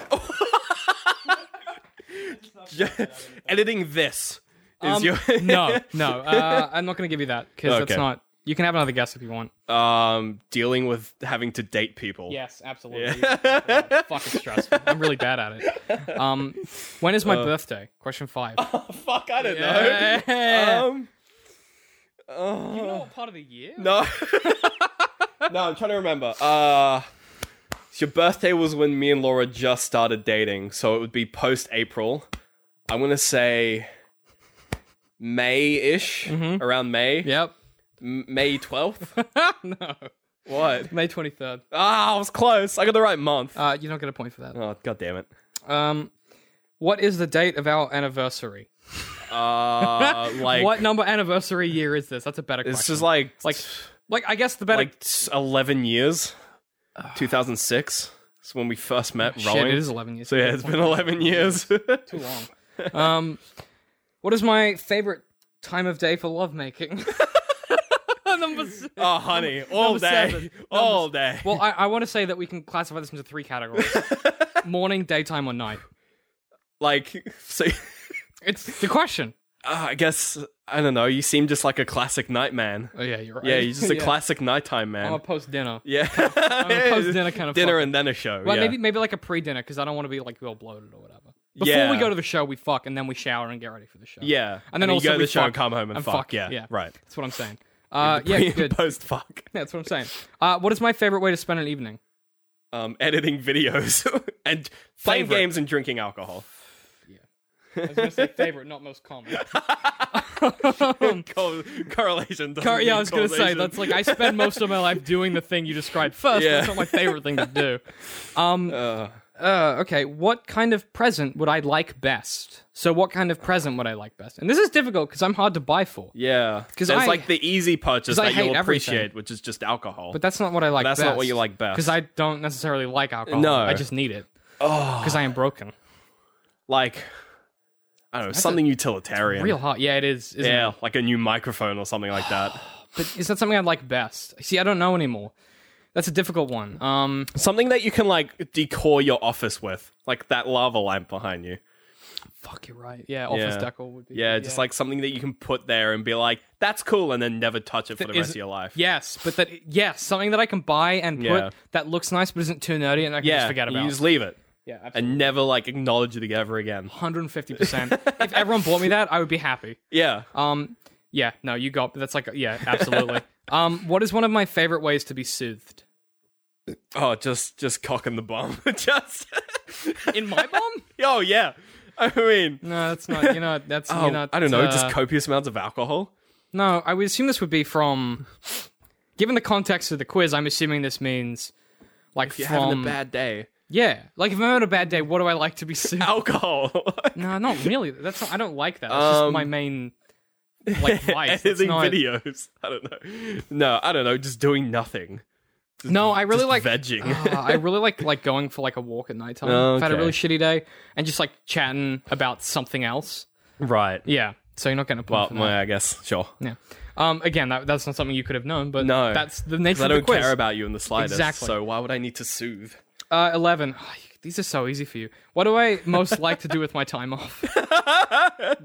Speaker 5: Ju- Editing this is
Speaker 1: now? Um,
Speaker 5: your
Speaker 1: no, no. Uh, I'm not gonna give you that because
Speaker 5: Okay.
Speaker 1: that's not. You can have another guess if you want.
Speaker 5: um dealing with having to date people.
Speaker 1: Yes, absolutely. Fucking stressful. I'm really bad at it. Um, when is
Speaker 5: Uh.
Speaker 1: my birthday? Question five.
Speaker 5: Fuck, I don't
Speaker 1: Yeah.
Speaker 5: know. Um,
Speaker 1: you know what part of the year?
Speaker 5: no. no, I'm trying to remember. Uh, so your birthday was when me and Laura just started dating, so it would be post April. I'm gonna say May ish,
Speaker 1: Mm-hmm.
Speaker 5: around May.
Speaker 1: Yep.
Speaker 5: M- May 12th.
Speaker 1: no.
Speaker 5: what?
Speaker 1: May 23rd.
Speaker 5: Ah, I was close. I got the right month.
Speaker 1: Uh, you don't get a point for that.
Speaker 5: oh, god damn it.
Speaker 1: Um, What is the date of our anniversary?
Speaker 5: Uh, like
Speaker 1: what number anniversary year is this? That's a better
Speaker 5: It's
Speaker 1: question.
Speaker 5: just like
Speaker 1: Like, like I guess the better
Speaker 5: like t- eleven years. Two thousand six is when we first met.
Speaker 1: shit.
Speaker 5: rolling.
Speaker 1: It is eleven years.
Speaker 5: So yeah, it's been eleven years.
Speaker 1: too long. Um, what is my favorite time of day for lovemaking? Number six.
Speaker 5: oh, honey, all
Speaker 1: number
Speaker 5: day,
Speaker 1: seven.
Speaker 5: all day.
Speaker 1: Well, I, I want to say that we can classify this into three categories: morning, daytime, or night.
Speaker 5: like so.
Speaker 1: It's the question.
Speaker 5: Uh, I guess I don't know. You seem just like a classic night man.
Speaker 1: Oh yeah, you're right.
Speaker 5: Yeah, you're just a
Speaker 1: Yeah.
Speaker 5: classic nighttime man.
Speaker 1: I'm a post dinner.
Speaker 5: yeah,
Speaker 1: a post-dinner kind of
Speaker 5: dinner
Speaker 1: fucker.
Speaker 5: and then a show.
Speaker 1: Well,
Speaker 5: yeah.
Speaker 1: maybe maybe like a pre-dinner because I don't want to be like all bloated or whatever. Before we
Speaker 5: Yeah.
Speaker 1: go to the show, we fuck and then we shower and get ready for the show.
Speaker 5: yeah,
Speaker 1: and then
Speaker 5: you
Speaker 1: also
Speaker 5: go to
Speaker 1: we
Speaker 5: the show
Speaker 1: fuck
Speaker 5: and come home and,
Speaker 1: and
Speaker 5: fuck.
Speaker 1: fuck,
Speaker 5: Yeah,
Speaker 1: yeah.
Speaker 5: right.
Speaker 1: That's what I'm saying. Uh, yeah, good.
Speaker 5: Post fuck.
Speaker 1: That's what I'm saying. Uh, what is my favorite way to spend an evening?
Speaker 5: Um, editing videos and playing
Speaker 1: Favorite.
Speaker 5: games and drinking alcohol.
Speaker 1: I was gonna say favorite, not most common.
Speaker 5: Co- correlation. doesn't
Speaker 1: Car- yeah,
Speaker 5: mean
Speaker 1: I was gonna say
Speaker 5: causation.
Speaker 1: that's like I spend most of my life doing the thing you described first. but
Speaker 5: Yeah.
Speaker 1: That's not my favorite thing to do. Um,
Speaker 5: Uh,
Speaker 1: uh, okay, what kind of present would I like best? So, what kind of present would I like best? And this is difficult because I'm hard to buy for.
Speaker 5: yeah,
Speaker 1: 'Cause
Speaker 5: because
Speaker 1: I-
Speaker 5: there's like the easy purchase
Speaker 1: 'cause I
Speaker 5: that you'll
Speaker 1: hate everything.
Speaker 5: appreciate, which is just alcohol.
Speaker 1: But that's not what I like.
Speaker 5: That's
Speaker 1: best.
Speaker 5: not what you like best.
Speaker 1: because I don't necessarily like alcohol.
Speaker 5: No. Oh.
Speaker 1: I just need it because I am broken.
Speaker 5: like, I don't know, something utilitarian.
Speaker 1: Real hard. Yeah, it is. Isn't
Speaker 5: yeah,
Speaker 1: It?
Speaker 5: like a new microphone or something like that.
Speaker 1: But is that something I like best? See, I don't know anymore. That's a difficult one. Um,
Speaker 5: something that you can like decor your office with, like that lava lamp behind you.
Speaker 1: fuck, you're right. Yeah, office
Speaker 5: Yeah.
Speaker 1: decor would be.
Speaker 5: Yeah, just like something that you can put there and be like, "That's cool," and then never touch it for
Speaker 1: That
Speaker 5: the rest
Speaker 1: is-
Speaker 5: of your life.
Speaker 1: Yes, but that yes, something that I can buy and put
Speaker 5: Yeah.
Speaker 1: that looks nice but isn't too nerdy, and I can
Speaker 5: yeah,
Speaker 1: just forget about.
Speaker 5: You just leave it
Speaker 1: yeah, absolutely.
Speaker 5: and never like acknowledge it ever again.
Speaker 1: 150%. if everyone bought me that, I would be happy.
Speaker 5: Yeah,
Speaker 1: Um, yeah, no, you got that's like yeah, absolutely. um, what is one of my favorite ways to be soothed?
Speaker 5: Oh, just just cocking the bomb. just
Speaker 1: In my bomb?
Speaker 5: oh yeah. I mean,
Speaker 1: No, that's not. You're not. That's
Speaker 5: oh,
Speaker 1: you're not.
Speaker 5: I don't know,
Speaker 1: uh,
Speaker 5: just copious amounts of alcohol.
Speaker 1: no, I would assume this would be from. Given the context of the quiz, I'm assuming this means like
Speaker 5: If you're
Speaker 1: from
Speaker 5: having a bad day,
Speaker 1: yeah, like if I'm having a bad day, what do I like to be soothed?
Speaker 5: alcohol.
Speaker 1: No, not really. That's not, I don't like that. That's just
Speaker 5: Um,
Speaker 1: my main like vice. It's
Speaker 5: Editing
Speaker 1: not-
Speaker 5: videos. I don't know. No, I don't know. Just doing nothing.
Speaker 1: No, I really
Speaker 5: just
Speaker 1: like
Speaker 5: vegging.
Speaker 1: Ah, I really like like going for like a walk at nighttime. I've had a
Speaker 5: Okay.
Speaker 1: really shitty day and just like chatting about something else.
Speaker 5: right.
Speaker 1: Yeah. So you're not going to
Speaker 5: Well,
Speaker 1: put
Speaker 5: well, I guess sure.
Speaker 1: yeah. Um. Again, that, that's not something you could have known, but
Speaker 5: No.
Speaker 1: that's the nature
Speaker 5: 'Cause I
Speaker 1: of the
Speaker 5: don't
Speaker 1: quiz.
Speaker 5: care about you in the slightest.
Speaker 1: Exactly.
Speaker 5: So why would I need to soothe?
Speaker 1: uh, Eleven. These are so easy for you. What do I most like to do with my time off?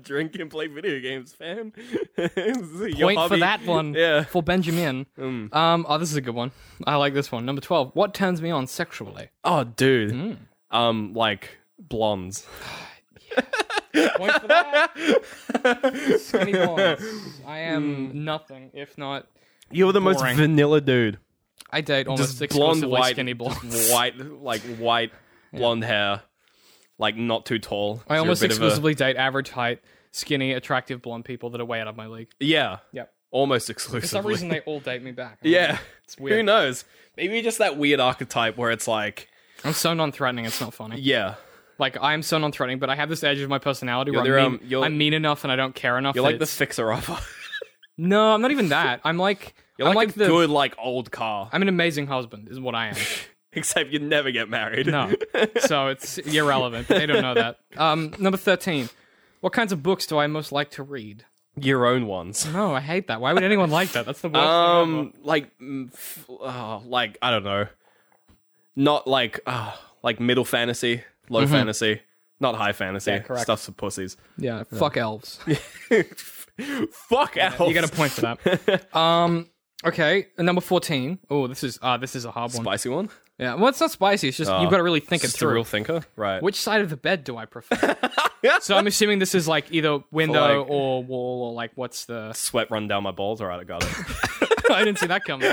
Speaker 5: Drink and play video games, fam. Wait
Speaker 1: Point for that one.
Speaker 5: Yeah. Mm.
Speaker 1: For Benjamin. Um. Oh, this is a good one. I like this one. Number twelve. What turns me on sexually?
Speaker 5: Oh, dude.
Speaker 1: Hmm.
Speaker 5: Um, like blondes.
Speaker 1: Point for that. Skinny bones.
Speaker 5: Mm.
Speaker 1: I am nothing if not.
Speaker 5: You're the
Speaker 1: Boring.
Speaker 5: most vanilla dude.
Speaker 1: I date almost
Speaker 5: Just blonde,
Speaker 1: exclusively
Speaker 5: white,
Speaker 1: skinny blondes.
Speaker 5: just white, like white blonde hair, like not too tall.
Speaker 1: I
Speaker 5: You're a
Speaker 1: almost
Speaker 5: bit of a-
Speaker 1: exclusively date average height, skinny, attractive blonde people that are way out of my league.
Speaker 5: yeah,
Speaker 1: Yep.
Speaker 5: almost
Speaker 1: For some
Speaker 5: exclusively.
Speaker 1: reason, they all date me back.
Speaker 5: yeah,
Speaker 1: It's weird.
Speaker 5: Who knows? Maybe just that weird archetype where it's like,
Speaker 1: I'm so non-threatening. It's not funny.
Speaker 5: yeah,
Speaker 1: Like I'm so non-threatening, but I have this edge of my personality
Speaker 5: You're
Speaker 1: where I'm
Speaker 5: the,
Speaker 1: mean,
Speaker 5: um, you're-
Speaker 1: I'm mean enough and I don't care enough.
Speaker 5: you're
Speaker 1: that
Speaker 5: like the
Speaker 1: it's-
Speaker 5: fixer upper.
Speaker 1: no, I'm not even that. I'm like
Speaker 5: You're
Speaker 1: I'm
Speaker 5: like,
Speaker 1: like
Speaker 5: a
Speaker 1: the
Speaker 5: good like old car,
Speaker 1: I'm an amazing husband is what I am.
Speaker 5: except you'd never get married.
Speaker 1: No. so it's irrelevant. They don't know that. Um, number 13. What kinds of books do I most like to read?
Speaker 5: your own ones.
Speaker 1: No, I hate that. Why would anyone like that? That's the worst.
Speaker 5: Um, like, mm, f- oh, like I don't know, not like, uh, like middle fantasy, low fantasy, not high fantasy.
Speaker 1: Mm-hmm. correct.
Speaker 5: Stuff's for pussies.
Speaker 1: thing ever. yeah, fuck elves.
Speaker 5: Fuck elves.
Speaker 1: You get a point for that. um, okay, and number 14. Oh, this is uh, this is a hard one.
Speaker 5: spicy one.
Speaker 1: Yeah, well, it's not spicy. It's just
Speaker 5: Uh,
Speaker 1: you've got to really think it
Speaker 5: Just a
Speaker 1: through.
Speaker 5: real thinker, right?
Speaker 1: Which side of the bed do I prefer? so I'm assuming this is like either window
Speaker 5: like-
Speaker 1: or wall or like what's the?
Speaker 5: sweat run down my balls. All right, I got it.
Speaker 1: I didn't see that coming.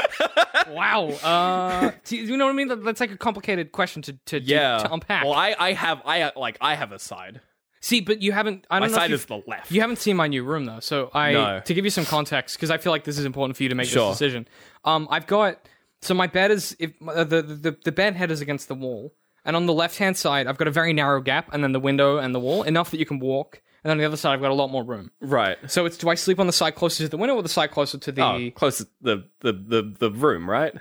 Speaker 1: wow. Uh, do you, do you know what I mean? That- That's like a complicated question to to, to-
Speaker 5: yeah.
Speaker 1: to unpack.
Speaker 5: Well, I, I have, I like, I have a side.
Speaker 1: see, but you haven't. I
Speaker 5: My
Speaker 1: don't know. if
Speaker 5: side
Speaker 1: you've-
Speaker 5: is the left.
Speaker 1: You haven't seen my new room though, so I
Speaker 5: No.
Speaker 1: to give you some context because I feel like this is important for you to make
Speaker 5: Sure.
Speaker 1: this decision. Um, I've got so my bed is if uh, the, the the bed head is against the wall, And on the left hand side, I've got a very narrow gap, and then the window and the wall, enough that you can walk. And then on the other side, I've got a lot more room.
Speaker 5: Right.
Speaker 1: So it's do I sleep on the side closer to the window or the side closer to the?
Speaker 5: Oh, close to the, the, the, the room, right?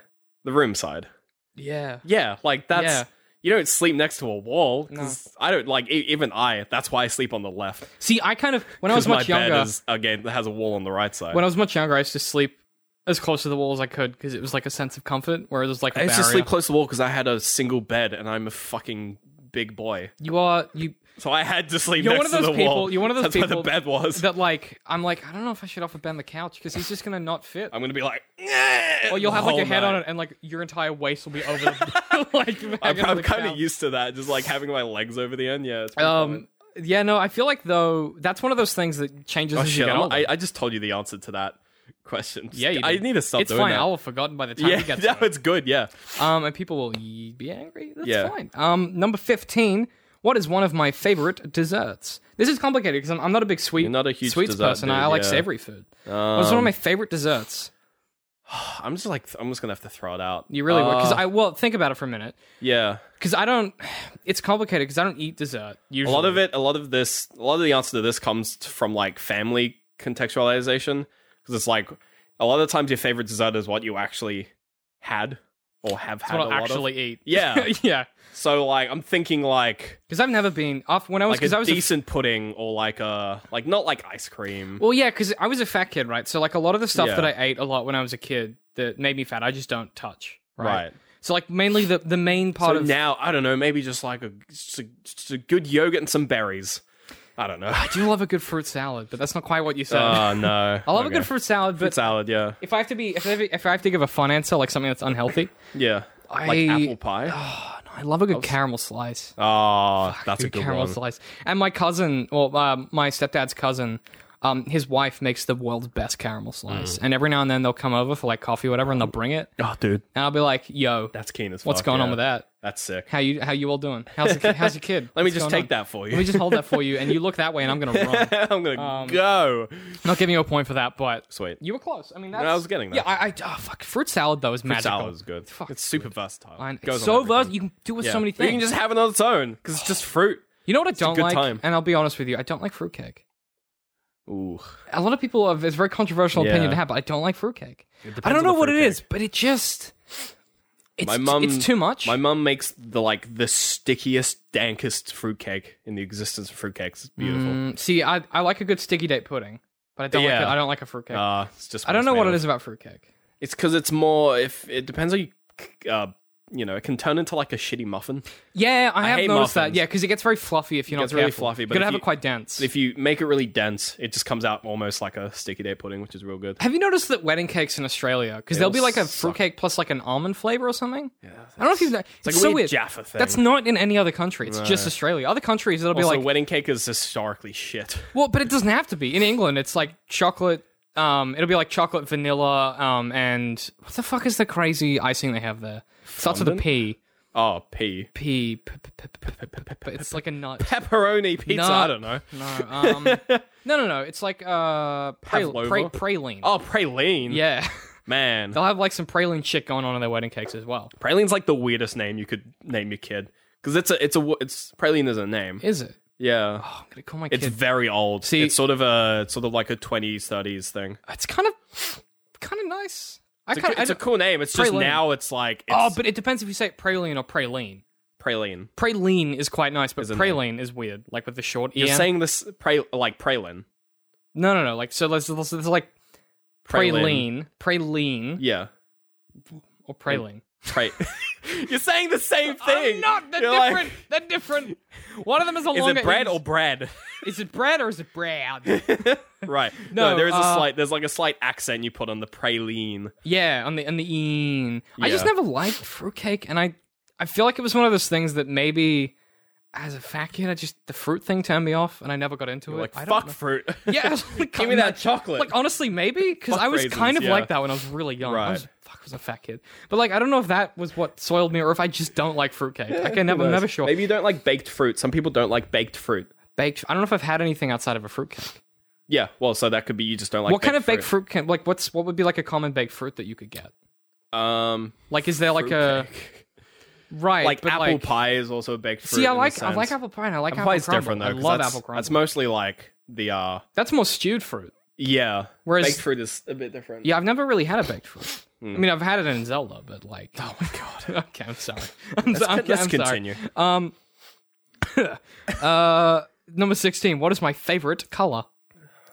Speaker 5: The room side.
Speaker 1: Yeah.
Speaker 5: Yeah, like that's.
Speaker 1: Yeah.
Speaker 5: You don't sleep next to a wall. 'cause I don't, like, e- even I, that's why I sleep on the left.
Speaker 1: See, I kind of when I was
Speaker 5: 'Cause
Speaker 1: much
Speaker 5: my
Speaker 1: younger,
Speaker 5: bed is, again, has a wall on the right side.
Speaker 1: when I was much younger, I used to sleep as close to the wall as I could because it was like a sense of comfort. Whereas it's like a
Speaker 5: I used to
Speaker 1: barrier.
Speaker 5: sleep close to the wall because I had a single bed and I'm a fucking big boy.
Speaker 1: you are you
Speaker 5: So I had to sleep
Speaker 1: You're one of
Speaker 5: next to
Speaker 1: those
Speaker 5: the
Speaker 1: people-
Speaker 5: wall.
Speaker 1: you're one of those
Speaker 5: That's
Speaker 1: people
Speaker 5: where the bed was.
Speaker 1: that like I'm like I don't know if I should offer Ben the couch because he's just gonna not fit.
Speaker 5: I'm Oh gonna be like,
Speaker 1: Or you'll have like
Speaker 5: whole
Speaker 1: your head on
Speaker 5: night.
Speaker 1: it and like your entire waist will be over the like.
Speaker 5: I'm,
Speaker 1: back onto the
Speaker 5: kind of
Speaker 1: couch.
Speaker 5: used to that, just like having my legs over the end. Yeah. It's pretty common.
Speaker 1: Um. Yeah. No. I feel like though that's one of those things that changes.
Speaker 5: oh
Speaker 1: as you
Speaker 5: shit!
Speaker 1: get
Speaker 5: I'm-
Speaker 1: older.
Speaker 5: I, I just told you the answer to that question. Just-
Speaker 1: Yeah, you
Speaker 5: I
Speaker 1: did.
Speaker 5: need to stop
Speaker 1: it's
Speaker 5: doing
Speaker 1: fine.
Speaker 5: that.
Speaker 1: I'll have forgotten by the time
Speaker 5: yeah,
Speaker 1: you get
Speaker 5: no,
Speaker 1: to it.
Speaker 5: it's good. Yeah.
Speaker 1: Um, and people will ye- be angry. That's
Speaker 5: Yeah.
Speaker 1: fine. Um, number fifteen. What is one of my favorite desserts? This is complicated because I'm, I'm not a big sweet
Speaker 5: You're not a huge
Speaker 1: sweets
Speaker 5: dessert
Speaker 1: person. I
Speaker 5: dude,
Speaker 1: like
Speaker 5: yeah. Um,
Speaker 1: savory food. What's one of my favorite desserts?
Speaker 5: I'm just like, I'm just gonna have to throw it out.
Speaker 1: You really would because
Speaker 5: Uh,
Speaker 1: I well think about it for a minute
Speaker 5: yeah.
Speaker 1: because I don't. It's complicated because I don't eat dessert
Speaker 5: A
Speaker 1: usually.
Speaker 5: lot of it, a lot of this, a lot of the answer to this comes t- from like family contextualization because it's like a lot of times your favorite dessert is what you actually had or have
Speaker 1: That's
Speaker 5: had.
Speaker 1: what
Speaker 5: a
Speaker 1: I
Speaker 5: lot of.
Speaker 1: actually eat.
Speaker 5: Yeah.
Speaker 1: yeah.
Speaker 5: So like, I'm thinking like
Speaker 1: Because I've never been off when I was
Speaker 5: like
Speaker 1: because
Speaker 5: a
Speaker 1: I was a f-
Speaker 5: decent pudding or like a like not like ice cream.
Speaker 1: Well, yeah, because I was a fat kid, right? So like a lot of the stuff
Speaker 5: Yeah.
Speaker 1: that I ate a lot when I was a kid that made me fat, I just don't touch. Right.
Speaker 5: Right.
Speaker 1: So like mainly the the main part
Speaker 5: So
Speaker 1: of
Speaker 5: now I don't know, maybe just like a, just a- just a good yogurt and some berries. I don't know.
Speaker 1: I do love a good fruit salad, but that's not quite what you said.
Speaker 5: Oh no,
Speaker 1: I love
Speaker 5: Okay.
Speaker 1: a good Uh, fruit salad,
Speaker 5: Fruit
Speaker 1: but
Speaker 5: salad. Yeah,
Speaker 1: if I have to be if I have, if I have to give a fun answer like something that's unhealthy,
Speaker 5: yeah. Like
Speaker 1: I- Oh,
Speaker 5: apple pie.
Speaker 1: I love a good caramel slice.
Speaker 5: Oh, that's a
Speaker 1: Good
Speaker 5: good
Speaker 1: caramel
Speaker 5: one.
Speaker 1: slice. And my cousin, or um, my stepdad's cousin, um, his wife makes the world's best caramel slice. And every now and then they'll come over for like coffee, or whatever, and they'll bring it.
Speaker 5: Oh, dude,
Speaker 1: And I'll be like, "Yo,
Speaker 5: that's keen as fuck.
Speaker 1: what's going on
Speaker 5: yeah.
Speaker 1: with that?
Speaker 5: That's sick.
Speaker 1: How you how you all doing? How's the, ki- how's your kid?
Speaker 5: Let me
Speaker 1: What's
Speaker 5: just
Speaker 1: going
Speaker 5: take
Speaker 1: on?
Speaker 5: that for you.
Speaker 1: Let me just hold that for you, and you look that way, and I'm gonna run.
Speaker 5: I'm gonna go.
Speaker 1: Not giving you a point for that, but
Speaker 5: Sweet.
Speaker 1: you were close. I mean, that's,
Speaker 5: I was getting there.
Speaker 1: Yeah, I, I oh, fuck fruit salad though is
Speaker 5: Fruit
Speaker 1: magical.
Speaker 5: salad is good.
Speaker 1: Fuck,
Speaker 5: it's super versatile.
Speaker 1: I- it's
Speaker 5: Goes on
Speaker 1: so
Speaker 5: everything.
Speaker 1: versatile. You can do it with so
Speaker 5: Yeah.
Speaker 1: many
Speaker 5: But
Speaker 1: things.
Speaker 5: You can just have it on its own because it's just fruit.
Speaker 1: You know what I don't
Speaker 5: good
Speaker 1: like,
Speaker 5: time.
Speaker 1: and I'll be honest with you, I don't like fruitcake.
Speaker 5: Ooh,
Speaker 1: A lot of people have it's a very controversial opinion
Speaker 5: Yeah.
Speaker 1: to have, but I don't like fruitcake. I
Speaker 5: depends
Speaker 1: don't
Speaker 5: on
Speaker 1: know
Speaker 5: the
Speaker 1: what it
Speaker 5: fruitcake.
Speaker 1: is, but it just it's
Speaker 5: my mum.
Speaker 1: it's too much.
Speaker 5: My mum makes the like the stickiest, dankest fruitcake in the existence of fruitcakes. It's beautiful.
Speaker 1: Mm, see, I I like a good sticky date pudding, but I don't like
Speaker 5: Yeah.
Speaker 1: a, I don't like a fruitcake.
Speaker 5: Uh, it's just.
Speaker 1: I don't know what it is about fruitcake.
Speaker 5: It's because it's more. If it depends on you. Uh, you know, it can turn into like a shitty muffin.
Speaker 1: Yeah, I,
Speaker 5: I
Speaker 1: have
Speaker 5: hate
Speaker 1: noticed that.
Speaker 5: muffins.
Speaker 1: Yeah, because it gets very fluffy if you're
Speaker 5: It
Speaker 1: not
Speaker 5: gets really
Speaker 1: careful.
Speaker 5: fluffy, but
Speaker 1: you gotta
Speaker 5: if
Speaker 1: have
Speaker 5: you-
Speaker 1: it quite dense.
Speaker 5: If you make it really dense, it just comes out almost like a sticky day pudding, which is real good.
Speaker 1: have you noticed that wedding cakes in Australia because
Speaker 5: They
Speaker 1: there'll
Speaker 5: all
Speaker 1: be like a
Speaker 5: suck.
Speaker 1: fruitcake plus like an almond flavor or something? Yeah, I don't know if you've. It's,
Speaker 5: like a
Speaker 1: so
Speaker 5: weird
Speaker 1: weird.
Speaker 5: Jaffa thing.
Speaker 1: That's not in any other country. It's just Australia. Other countries it'll be
Speaker 5: Also,
Speaker 1: like
Speaker 5: wedding cake is historically shit.
Speaker 1: well, but it doesn't have to be. In England, it's like chocolate. Um, it'll be like chocolate, vanilla, um, and what the fuck is the crazy icing they have there? Starts with a
Speaker 5: Fondant?
Speaker 1: P.
Speaker 5: Oh, pee.
Speaker 1: P. p- p- p- p- p- p- p- It's like a nut.
Speaker 5: Pepperoni pizza.
Speaker 1: No.
Speaker 5: I don't know.
Speaker 1: No, um, no, no, no. It's like uh, pra- pra-
Speaker 5: Pavlova?
Speaker 1: praline.
Speaker 5: Oh, praline.
Speaker 1: Yeah. Oh.
Speaker 5: man.
Speaker 1: They'll have like some praline shit going on in their wedding cakes as well.
Speaker 5: Praline's like the weirdest name you could name your kid because it's a it's a wo- it's Praline is a name.
Speaker 1: Is it?
Speaker 5: Yeah,
Speaker 1: Oh, I'm going to call my
Speaker 5: it's
Speaker 1: kid.
Speaker 5: very old.
Speaker 1: See-
Speaker 5: it's sort of a it's sort of like a twenties thirties thing.
Speaker 1: it's kind of kind of nice. I
Speaker 5: It's, a,
Speaker 1: kind
Speaker 5: it's a
Speaker 1: of.
Speaker 5: cool name. It's just
Speaker 1: Praline.
Speaker 5: now it's like it's
Speaker 1: Oh, but it depends if you say it praline or praline.
Speaker 5: Praline.
Speaker 1: Praline is quite nice, but
Speaker 5: Is a name.
Speaker 1: praline is weird, like with the short ear.
Speaker 5: You're saying this pra, like Praline.
Speaker 1: no, no, no. Like so, there's, there's, there's like praline, praline,
Speaker 5: Yeah,
Speaker 1: or praline.
Speaker 5: pra- You're saying the same thing.
Speaker 1: I'm not. They're
Speaker 5: You're like,
Speaker 1: different. they're different. One of them is a
Speaker 5: is
Speaker 1: longer.
Speaker 5: it bread
Speaker 1: ears.
Speaker 5: or bread?
Speaker 1: is it bread or is it brown?
Speaker 5: right.
Speaker 1: No,
Speaker 5: No, there is a
Speaker 1: uh,
Speaker 5: slight. There's like a slight accent you put on the praline.
Speaker 1: Yeah, on the on the een. I just
Speaker 5: Yeah.
Speaker 1: never liked fruitcake, and I I feel like it was one of those things that maybe as a fat kid, I just the fruit thing turned me off, and I never got into it.
Speaker 5: Like
Speaker 1: I don't
Speaker 5: fuck
Speaker 1: know.
Speaker 5: fruit.
Speaker 1: Yeah, I was like,
Speaker 5: Give me
Speaker 1: God,
Speaker 5: that
Speaker 1: no.
Speaker 5: chocolate.
Speaker 1: Like honestly, maybe because
Speaker 5: Fuck
Speaker 1: I was
Speaker 5: raisins,
Speaker 1: kind of
Speaker 5: yeah.
Speaker 1: like that when I was really young. I was,
Speaker 5: Right.
Speaker 1: fuck, I was a fat kid, but like I don't know if that was what soiled me or if I just don't like fruitcake. Like, I never, never sure.
Speaker 5: Maybe you don't like baked fruit. Some people don't like baked fruit.
Speaker 1: Baked. I don't know if I've had anything outside of a fruitcake.
Speaker 5: Yeah, well, so that could be you just don't like.
Speaker 1: what kind of baked fruit can like? What's what would be like a common baked fruit that you could get?
Speaker 5: Um,
Speaker 1: Like, is there like a
Speaker 5: fruitcake.
Speaker 1: Right,
Speaker 5: Like
Speaker 1: but,
Speaker 5: apple
Speaker 1: like-
Speaker 5: pie is also a baked fruit.
Speaker 1: See, I
Speaker 5: in a
Speaker 1: like I like
Speaker 5: sense.
Speaker 1: apple pie. and I like
Speaker 5: apple
Speaker 1: apple,
Speaker 5: pie is
Speaker 1: crumble.
Speaker 5: different though.
Speaker 1: I
Speaker 5: 'cause
Speaker 1: love
Speaker 5: that's,
Speaker 1: apple crumble.
Speaker 5: That's mostly like the uh
Speaker 1: That's more stewed fruit.
Speaker 5: yeah.
Speaker 1: Whereas-
Speaker 5: baked fruit is a bit different.
Speaker 1: Yeah, I've never really had a baked fruit.
Speaker 5: Hmm.
Speaker 1: I mean, I've had it in Zelda, but like, oh my god. okay, I'm sorry. I'm, so- I'm-
Speaker 5: Let's
Speaker 1: I'm sorry.
Speaker 5: continue.
Speaker 1: Um, uh, number sixteen. What is my favorite color?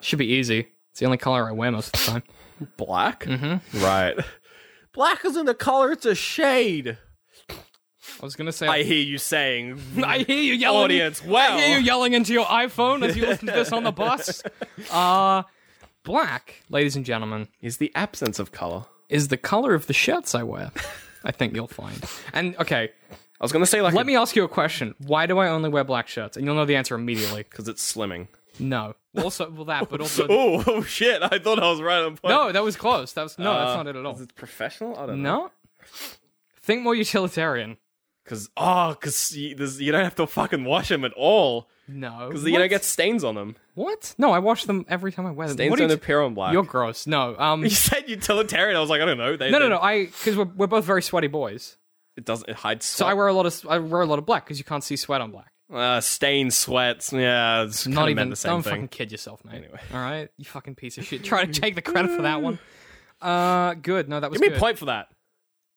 Speaker 1: Should be easy. It's the only color I wear most of the time.
Speaker 5: Black. Mm-hmm. Right. Black isn't a color; it's a shade.
Speaker 1: I was gonna say.
Speaker 5: I hear you saying.
Speaker 1: I hear you yelling.
Speaker 5: Audience, wow.
Speaker 1: I hear you yelling into your iPhone as you listen to this on the bus. Uh, black, ladies and gentlemen,
Speaker 5: Is the absence of color?
Speaker 1: is the color of the shirts I wear. I think you'll find. And okay,
Speaker 5: I was gonna say like
Speaker 1: let me ask you a question. Why do I only wear black shirts? And you'll know the answer immediately.
Speaker 5: because it's slimming.
Speaker 1: No. Also, well, that, but also.
Speaker 5: Oh, oh shit! I thought I was right on point.
Speaker 1: No, that was close. That was no, that's
Speaker 5: Uh,
Speaker 1: not it at all.
Speaker 5: Is it professional? I don't know.
Speaker 1: No. Think more utilitarian.
Speaker 5: Because oh, because you, there's- you don't have to fucking wash them at all.
Speaker 1: No.
Speaker 5: Because you
Speaker 1: What?
Speaker 5: don't get stains on them.
Speaker 1: what? No, I wash them every time I wear them.
Speaker 5: Stains
Speaker 1: What are
Speaker 5: don't
Speaker 1: you t-
Speaker 5: appear on black.
Speaker 1: You're gross. No. Um.
Speaker 5: you said utilitarian. I was like, I don't know. They,
Speaker 1: No, no,
Speaker 5: they-
Speaker 1: no. I because we're, we're both very sweaty boys,
Speaker 5: It doesn't. It hides.
Speaker 1: so
Speaker 5: Sweat.
Speaker 1: I wear a lot of I wear a lot of black because you can't see sweat on black.
Speaker 5: Uh, stain sweats. Yeah, it's
Speaker 1: Not
Speaker 5: kinda
Speaker 1: even.
Speaker 5: meant the same
Speaker 1: don't
Speaker 5: thing.
Speaker 1: fucking kid yourself, mate.
Speaker 5: Anyway.
Speaker 1: All right, you fucking piece of shit. Try to take the credit for that one. Uh, good. No, that was
Speaker 5: Give me
Speaker 1: good.
Speaker 5: a point for that.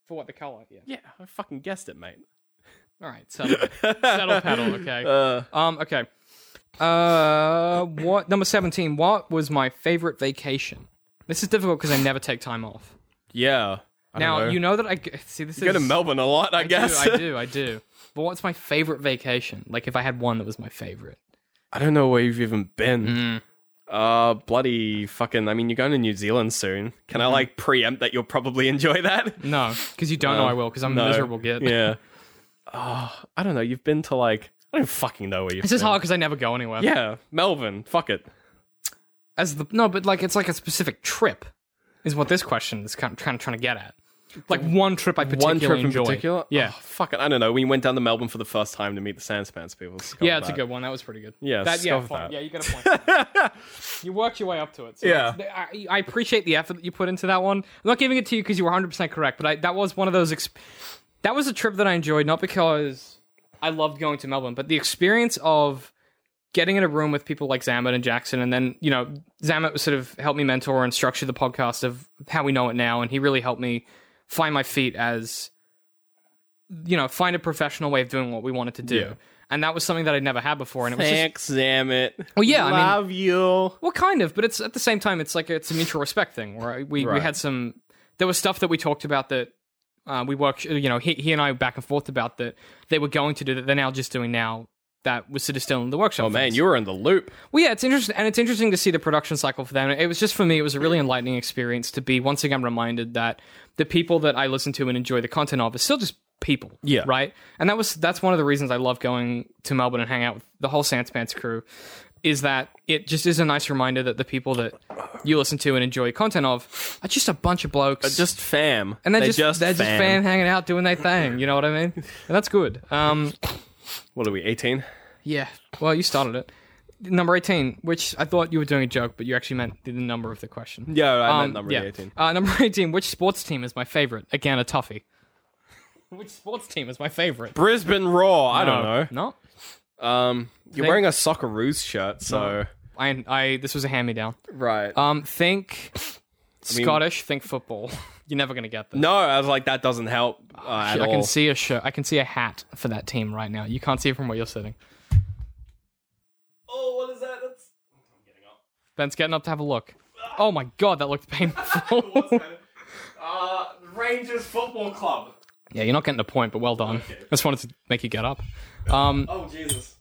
Speaker 1: for what the color. Yeah.
Speaker 5: Yeah, I fucking guessed it, mate.
Speaker 1: All right. Settle, settle pedal. Okay.
Speaker 5: Uh,
Speaker 1: Um. Okay. Uh. What number seventeen? What was my favorite vacation? This is difficult because I never take time off.
Speaker 5: yeah. I
Speaker 1: Now
Speaker 5: don't know.
Speaker 1: you know that I g- see this
Speaker 5: go
Speaker 1: is
Speaker 5: to Melbourne a lot, I,
Speaker 1: I
Speaker 5: guess.
Speaker 1: Do, I do. I do. But what's my favorite vacation? Like if I had one that was my favorite.
Speaker 5: I don't know where you've even been.
Speaker 1: Mm.
Speaker 5: Uh, bloody fucking. I mean, you're going to New Zealand soon. Can I
Speaker 1: Mm-hmm.
Speaker 5: like preempt that you'll probably enjoy that?
Speaker 1: No, because you don't know I will because I'm
Speaker 5: No.
Speaker 1: a Mm, miserable git.
Speaker 5: Yeah. Oh, I don't know. You've been to like I don't fucking know where you've.
Speaker 1: This is
Speaker 5: been.
Speaker 1: hard because I never go anywhere.
Speaker 5: Yeah, Melbourne. Fuck it.
Speaker 1: As the no, but like it's like a specific trip, is what this question is kind of trying, trying to get at. Like one trip I particularly
Speaker 5: One trip in
Speaker 1: enjoy.
Speaker 5: particular.
Speaker 1: Yeah.
Speaker 5: Oh, fuck it. I don't know. We went down to Melbourne for the first time to meet the Sandspans people. Scuff
Speaker 1: yeah, it's
Speaker 5: that.
Speaker 1: a good one. That was pretty good.
Speaker 5: Yeah,
Speaker 1: that, yeah,
Speaker 5: scuff
Speaker 1: fine.
Speaker 5: that.
Speaker 1: yeah. You got a point. you worked your way up to it. So
Speaker 5: Yeah.
Speaker 1: that's- I, I appreciate the effort that you put into that one. I'm not giving it to you because you were 100 percent correct, but I, that was one of those. Exp- that was a trip that I enjoyed, not because I loved going to Melbourne, but the experience of getting in a room with people like Zamet and Jackson, and then you know Zamet sort of helped me mentor and structure the podcast of how we know it now, and he really helped me find my feet as you know find a professional way of doing what we wanted to do.
Speaker 5: Yeah.
Speaker 1: And that was something that I'd never had before, and it was just
Speaker 5: Thanks, damn it.
Speaker 1: Well, yeah, I mean-
Speaker 5: love you.
Speaker 1: well, kind of, but it's at the same time, it's like it's a mutual respect thing. Where we, we
Speaker 5: Right.
Speaker 1: had some, there was stuff that we talked about that uh, we worked, you know, he, he and I back and forth about that they were going to do that they're now just doing now. That was sort of still in the workshop.
Speaker 5: Oh man,
Speaker 1: phase.
Speaker 5: you were in the loop.
Speaker 1: well, yeah, it's interesting, and it's interesting to see the production cycle for them. It was just for me, it was a really enlightening experience to be once again reminded that the people that I listen to and enjoy the content of are still just people,
Speaker 5: Yeah.
Speaker 1: right. And that was that's one of the reasons I love going to Melbourne and hang out with the whole Sandspans crew, is that it just is a nice reminder that the people that you listen to and enjoy content of are just a bunch of blokes,
Speaker 5: Uh, Just fam.
Speaker 1: and they're, just, they're
Speaker 5: fam.
Speaker 1: just fan hanging out doing their thing. You know what I mean? And that's good. Um,
Speaker 5: What are we? Eighteen.
Speaker 1: yeah. Well, you started it. Number 18, which I thought you were doing a joke, but you actually meant the number of the question.
Speaker 5: Yeah, I
Speaker 1: Um,
Speaker 5: meant number
Speaker 1: yeah.
Speaker 5: eighteen.
Speaker 1: Uh, number 18, which sports team is my favorite? Again, a toughie. which sports team is my favorite? Uh,
Speaker 5: Brisbane Raw. I don't
Speaker 1: No.
Speaker 5: know. Um, you're
Speaker 1: They-
Speaker 5: wearing a Socceroos shirt, so
Speaker 1: I, I, this was a hand me down.
Speaker 5: right.
Speaker 1: Um, think
Speaker 5: mean-
Speaker 1: Scottish, think football. You're never going to get this.
Speaker 5: no, I was like that doesn't help uh, at
Speaker 1: I
Speaker 5: all.
Speaker 1: can see a shirt. I can see a hat for that team right now. You can't see it from where you're sitting.
Speaker 5: Oh, what is that? That's
Speaker 1: Ben's getting up to have a look. Oh my god, that looked painful.
Speaker 5: uh, Rangers Football Club.
Speaker 1: Yeah, you're not getting a point, but well done. I just wanted to make you get up. Um,
Speaker 5: Oh Jesus.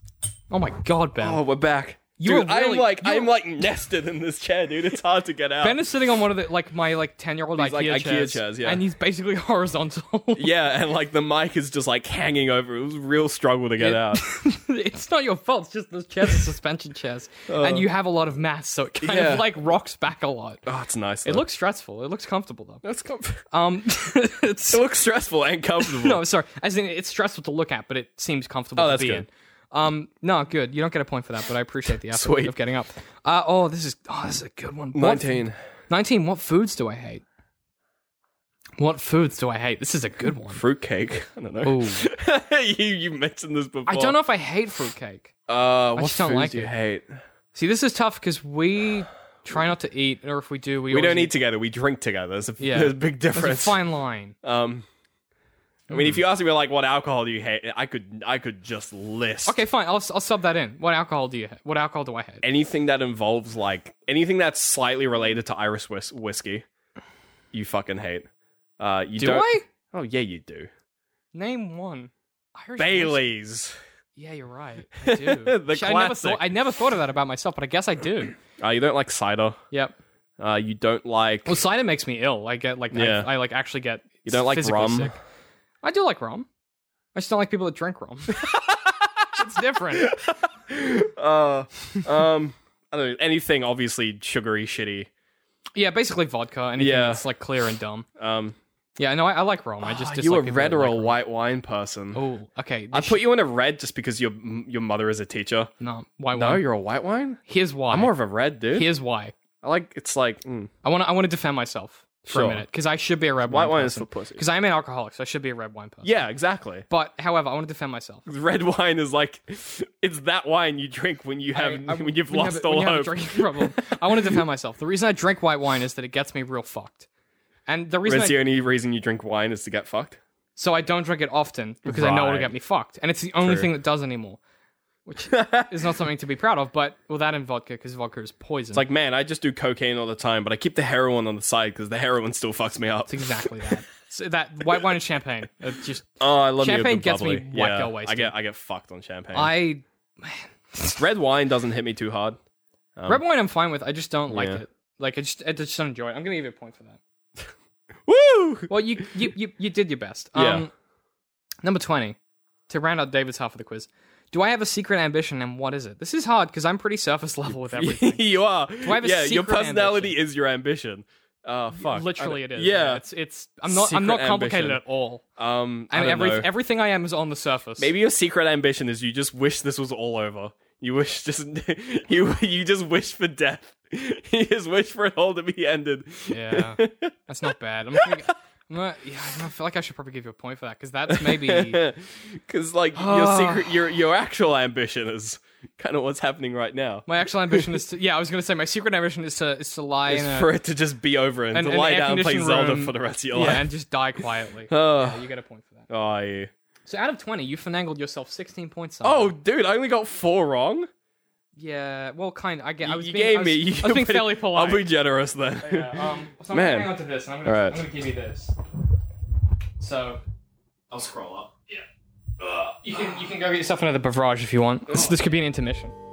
Speaker 1: oh my god, Ben.
Speaker 5: Oh, we're back.
Speaker 1: You
Speaker 5: dude,
Speaker 1: were really-
Speaker 5: I'm like
Speaker 1: you
Speaker 5: I'm
Speaker 1: were-
Speaker 5: like nested in this chair, dude. It's hard to get out.
Speaker 1: Ben is sitting on one of the like my like ten year old IKEA,
Speaker 5: These, like, IKEA
Speaker 1: chairs,
Speaker 5: chairs, yeah.
Speaker 1: and he's basically horizontal.
Speaker 5: yeah, and like the mic is just like hanging over. It was a real struggle to get
Speaker 1: It-
Speaker 5: out.
Speaker 1: it's not your fault. It's just those chairs are suspension chairs, and you have a lot of mass, so it kind
Speaker 5: Oh. yeah.
Speaker 1: of like rocks back a lot.
Speaker 5: Oh, it's nice.
Speaker 1: It
Speaker 5: though.
Speaker 1: looks stressful. It looks comfortable
Speaker 5: That's com-
Speaker 1: though. Um, it's
Speaker 5: it looks stressful and comfortable.
Speaker 1: no, sorry. As in, it's stressful to look at, but it seems comfortable
Speaker 5: Oh,
Speaker 1: to
Speaker 5: that's
Speaker 1: be
Speaker 5: good.
Speaker 1: in. Um, no, good. You don't get a point for that, but I appreciate the effort
Speaker 5: Sweet.
Speaker 1: of getting up. Uh, oh, this is oh, this is a good one. What-
Speaker 5: nineteen.
Speaker 1: 19 what foods do i hate What foods do I hate? This is a good one.
Speaker 5: Fruitcake. I don't know. you you mentioned this before.
Speaker 1: I don't know if I hate fruitcake.
Speaker 5: Uh, what
Speaker 1: just don't
Speaker 5: foods
Speaker 1: like
Speaker 5: do you
Speaker 1: it.
Speaker 5: hate?
Speaker 1: See, this is tough because we try not to eat, or if we do, we
Speaker 5: We
Speaker 1: always
Speaker 5: don't
Speaker 1: eat-
Speaker 5: eat together. We drink together. There's a,
Speaker 1: Yeah.
Speaker 5: there's a big
Speaker 1: There's a
Speaker 5: difference.
Speaker 1: fine line.
Speaker 5: Um, I mean, if you ask me like what alcohol do you hate, I could I could just list
Speaker 1: Okay, fine. I'll, I'll sub that in. What alcohol do you? Ha- what alcohol do I hate?
Speaker 5: anything that involves like anything that's slightly related to Irish whis- whiskey. You fucking hate. Uh, you
Speaker 1: Do
Speaker 5: not
Speaker 1: I?
Speaker 5: Oh yeah, you do.
Speaker 1: Name one. Irish whiskey.
Speaker 5: Bailey's.
Speaker 1: Yeah, you're right. I do.
Speaker 5: The
Speaker 1: Shit, I never
Speaker 5: classic.
Speaker 1: thought I never thought of that about myself, but I guess I do.
Speaker 5: Uh, you don't like cider.
Speaker 1: Yep.
Speaker 5: Uh, you don't like
Speaker 1: Well, cider makes me ill. I get like
Speaker 5: Yeah.
Speaker 1: I, I like actually get
Speaker 5: You don't like
Speaker 1: physically
Speaker 5: rum?
Speaker 1: sick. I do like rum. I just don't like people that drink rum. it's different.
Speaker 5: uh, um, I don't know, anything obviously sugary, shitty.
Speaker 1: Yeah, basically vodka. Anything
Speaker 5: Yeah.
Speaker 1: that's like clear and dumb.
Speaker 5: Um,
Speaker 1: Yeah, no, I, I like rum. I just
Speaker 5: Ah, you
Speaker 1: dislike
Speaker 5: a
Speaker 1: people
Speaker 5: red
Speaker 1: that
Speaker 5: or a
Speaker 1: like rum.
Speaker 5: white wine person.
Speaker 1: Oh, okay.
Speaker 5: I put you in a red just because your your mother is a teacher.
Speaker 1: no white
Speaker 5: No,
Speaker 1: wine.
Speaker 5: you're a white wine.
Speaker 1: Here's why.
Speaker 5: I'm more of a red dude.
Speaker 1: Here's why.
Speaker 5: I like it's like mm,
Speaker 1: I want to. I want to defend myself for a
Speaker 5: Sure.
Speaker 1: minute because I should be a red
Speaker 5: white
Speaker 1: wine
Speaker 5: wine is
Speaker 1: person.
Speaker 5: for pussy.
Speaker 1: Because I am an alcoholic, so I should be a red wine person.
Speaker 5: Yeah, exactly.
Speaker 1: But however, I want to defend myself.
Speaker 5: Red wine is like it's that wine you drink when you have
Speaker 1: I- I-
Speaker 5: when you've
Speaker 1: um, when you have
Speaker 5: lost
Speaker 1: a- when
Speaker 5: all
Speaker 1: you have a
Speaker 5: hope.
Speaker 1: drinking problem. I want to defend myself. The reason I drink white wine is that it gets me real fucked. And the reason
Speaker 5: That's the
Speaker 1: I,
Speaker 5: only reason you drink wine is to get fucked.
Speaker 1: so I don't drink it often because I know it'll
Speaker 5: Right.
Speaker 1: get me fucked, and it's the only
Speaker 5: True.
Speaker 1: thing that does anymore, which is not something to be proud of. But well, that and vodka because vodka is poison.
Speaker 5: It's like man, I just do cocaine all the time, but I keep the heroin on the side because the heroin still fucks me up.
Speaker 1: It's exactly that. So that white wine and champagne. It just
Speaker 5: Oh, I love me a
Speaker 1: Champagne
Speaker 5: good
Speaker 1: gets me
Speaker 5: bubbly.
Speaker 1: white girl
Speaker 5: yeah, I
Speaker 1: wasted.
Speaker 5: get I get fucked on champagne.
Speaker 1: I
Speaker 5: Red wine doesn't hit me too hard.
Speaker 1: red wine I'm fine with. I just don't like
Speaker 5: Um, Yeah.
Speaker 1: it. Like I just I just don't enjoy it. I'm gonna give you a point for that.
Speaker 5: Woo!
Speaker 1: Well, you you you, you did your best.
Speaker 5: Yeah.
Speaker 1: Um, Number twenty, to round out David's half of the quiz, do I have a secret ambition and what is it? This is hard because I'm pretty surface level with everything.
Speaker 5: you are.
Speaker 1: I have a
Speaker 5: yeah, your
Speaker 1: secret
Speaker 5: personality is your ambition. Uh, fuck.
Speaker 1: Literally, it is.
Speaker 5: Yeah.
Speaker 1: it's it's. I'm not I'm
Speaker 5: Secret
Speaker 1: not complicated
Speaker 5: ambition.
Speaker 1: at all.
Speaker 5: Um, I
Speaker 1: And
Speaker 5: don't
Speaker 1: every,
Speaker 5: know.
Speaker 1: everything I am is on the surface.
Speaker 5: Maybe your secret ambition is you just wish this was all over. You wish just you you just wish for death. You just wish for it all to be ended.
Speaker 1: Yeah, that's not bad. I'm. Gonna, I'm not, yeah, I feel like I should probably give you a point for that because that's maybe
Speaker 5: Because like your
Speaker 1: Ah.
Speaker 5: secret, your your actual ambition is kind of what's happening right now.
Speaker 1: My actual ambition is to yeah, I was gonna say my secret ambition is to is to lie in
Speaker 5: Is
Speaker 1: a
Speaker 5: for it to just be over and,
Speaker 1: an-
Speaker 5: to
Speaker 1: an
Speaker 5: lie down and play
Speaker 1: air-conditioned
Speaker 5: Zelda
Speaker 1: room.
Speaker 5: for the rest of your
Speaker 1: yeah,
Speaker 5: life.
Speaker 1: and just die quietly.
Speaker 5: Ugh.
Speaker 1: Yeah, you get a point for that.
Speaker 5: Oh, yeah.
Speaker 1: So out of twenty, you finagled yourself sixteen points. somehow.
Speaker 5: oh, dude, I only got four wrong.
Speaker 1: yeah. Well, kind. I get. I
Speaker 5: You-
Speaker 1: was
Speaker 5: you
Speaker 1: being,
Speaker 5: gave
Speaker 1: I was,
Speaker 5: me.
Speaker 1: I was being fairly polite.
Speaker 5: I'll be generous then.
Speaker 1: yeah, um, so I'm
Speaker 5: Man.
Speaker 1: gonna hang on to this. And I'm gonna,
Speaker 5: Alright.
Speaker 1: I'm gonna give you this. So
Speaker 5: I'll scroll up.
Speaker 1: you can you can go get yourself another beverage if you want. This, this could be an intermission.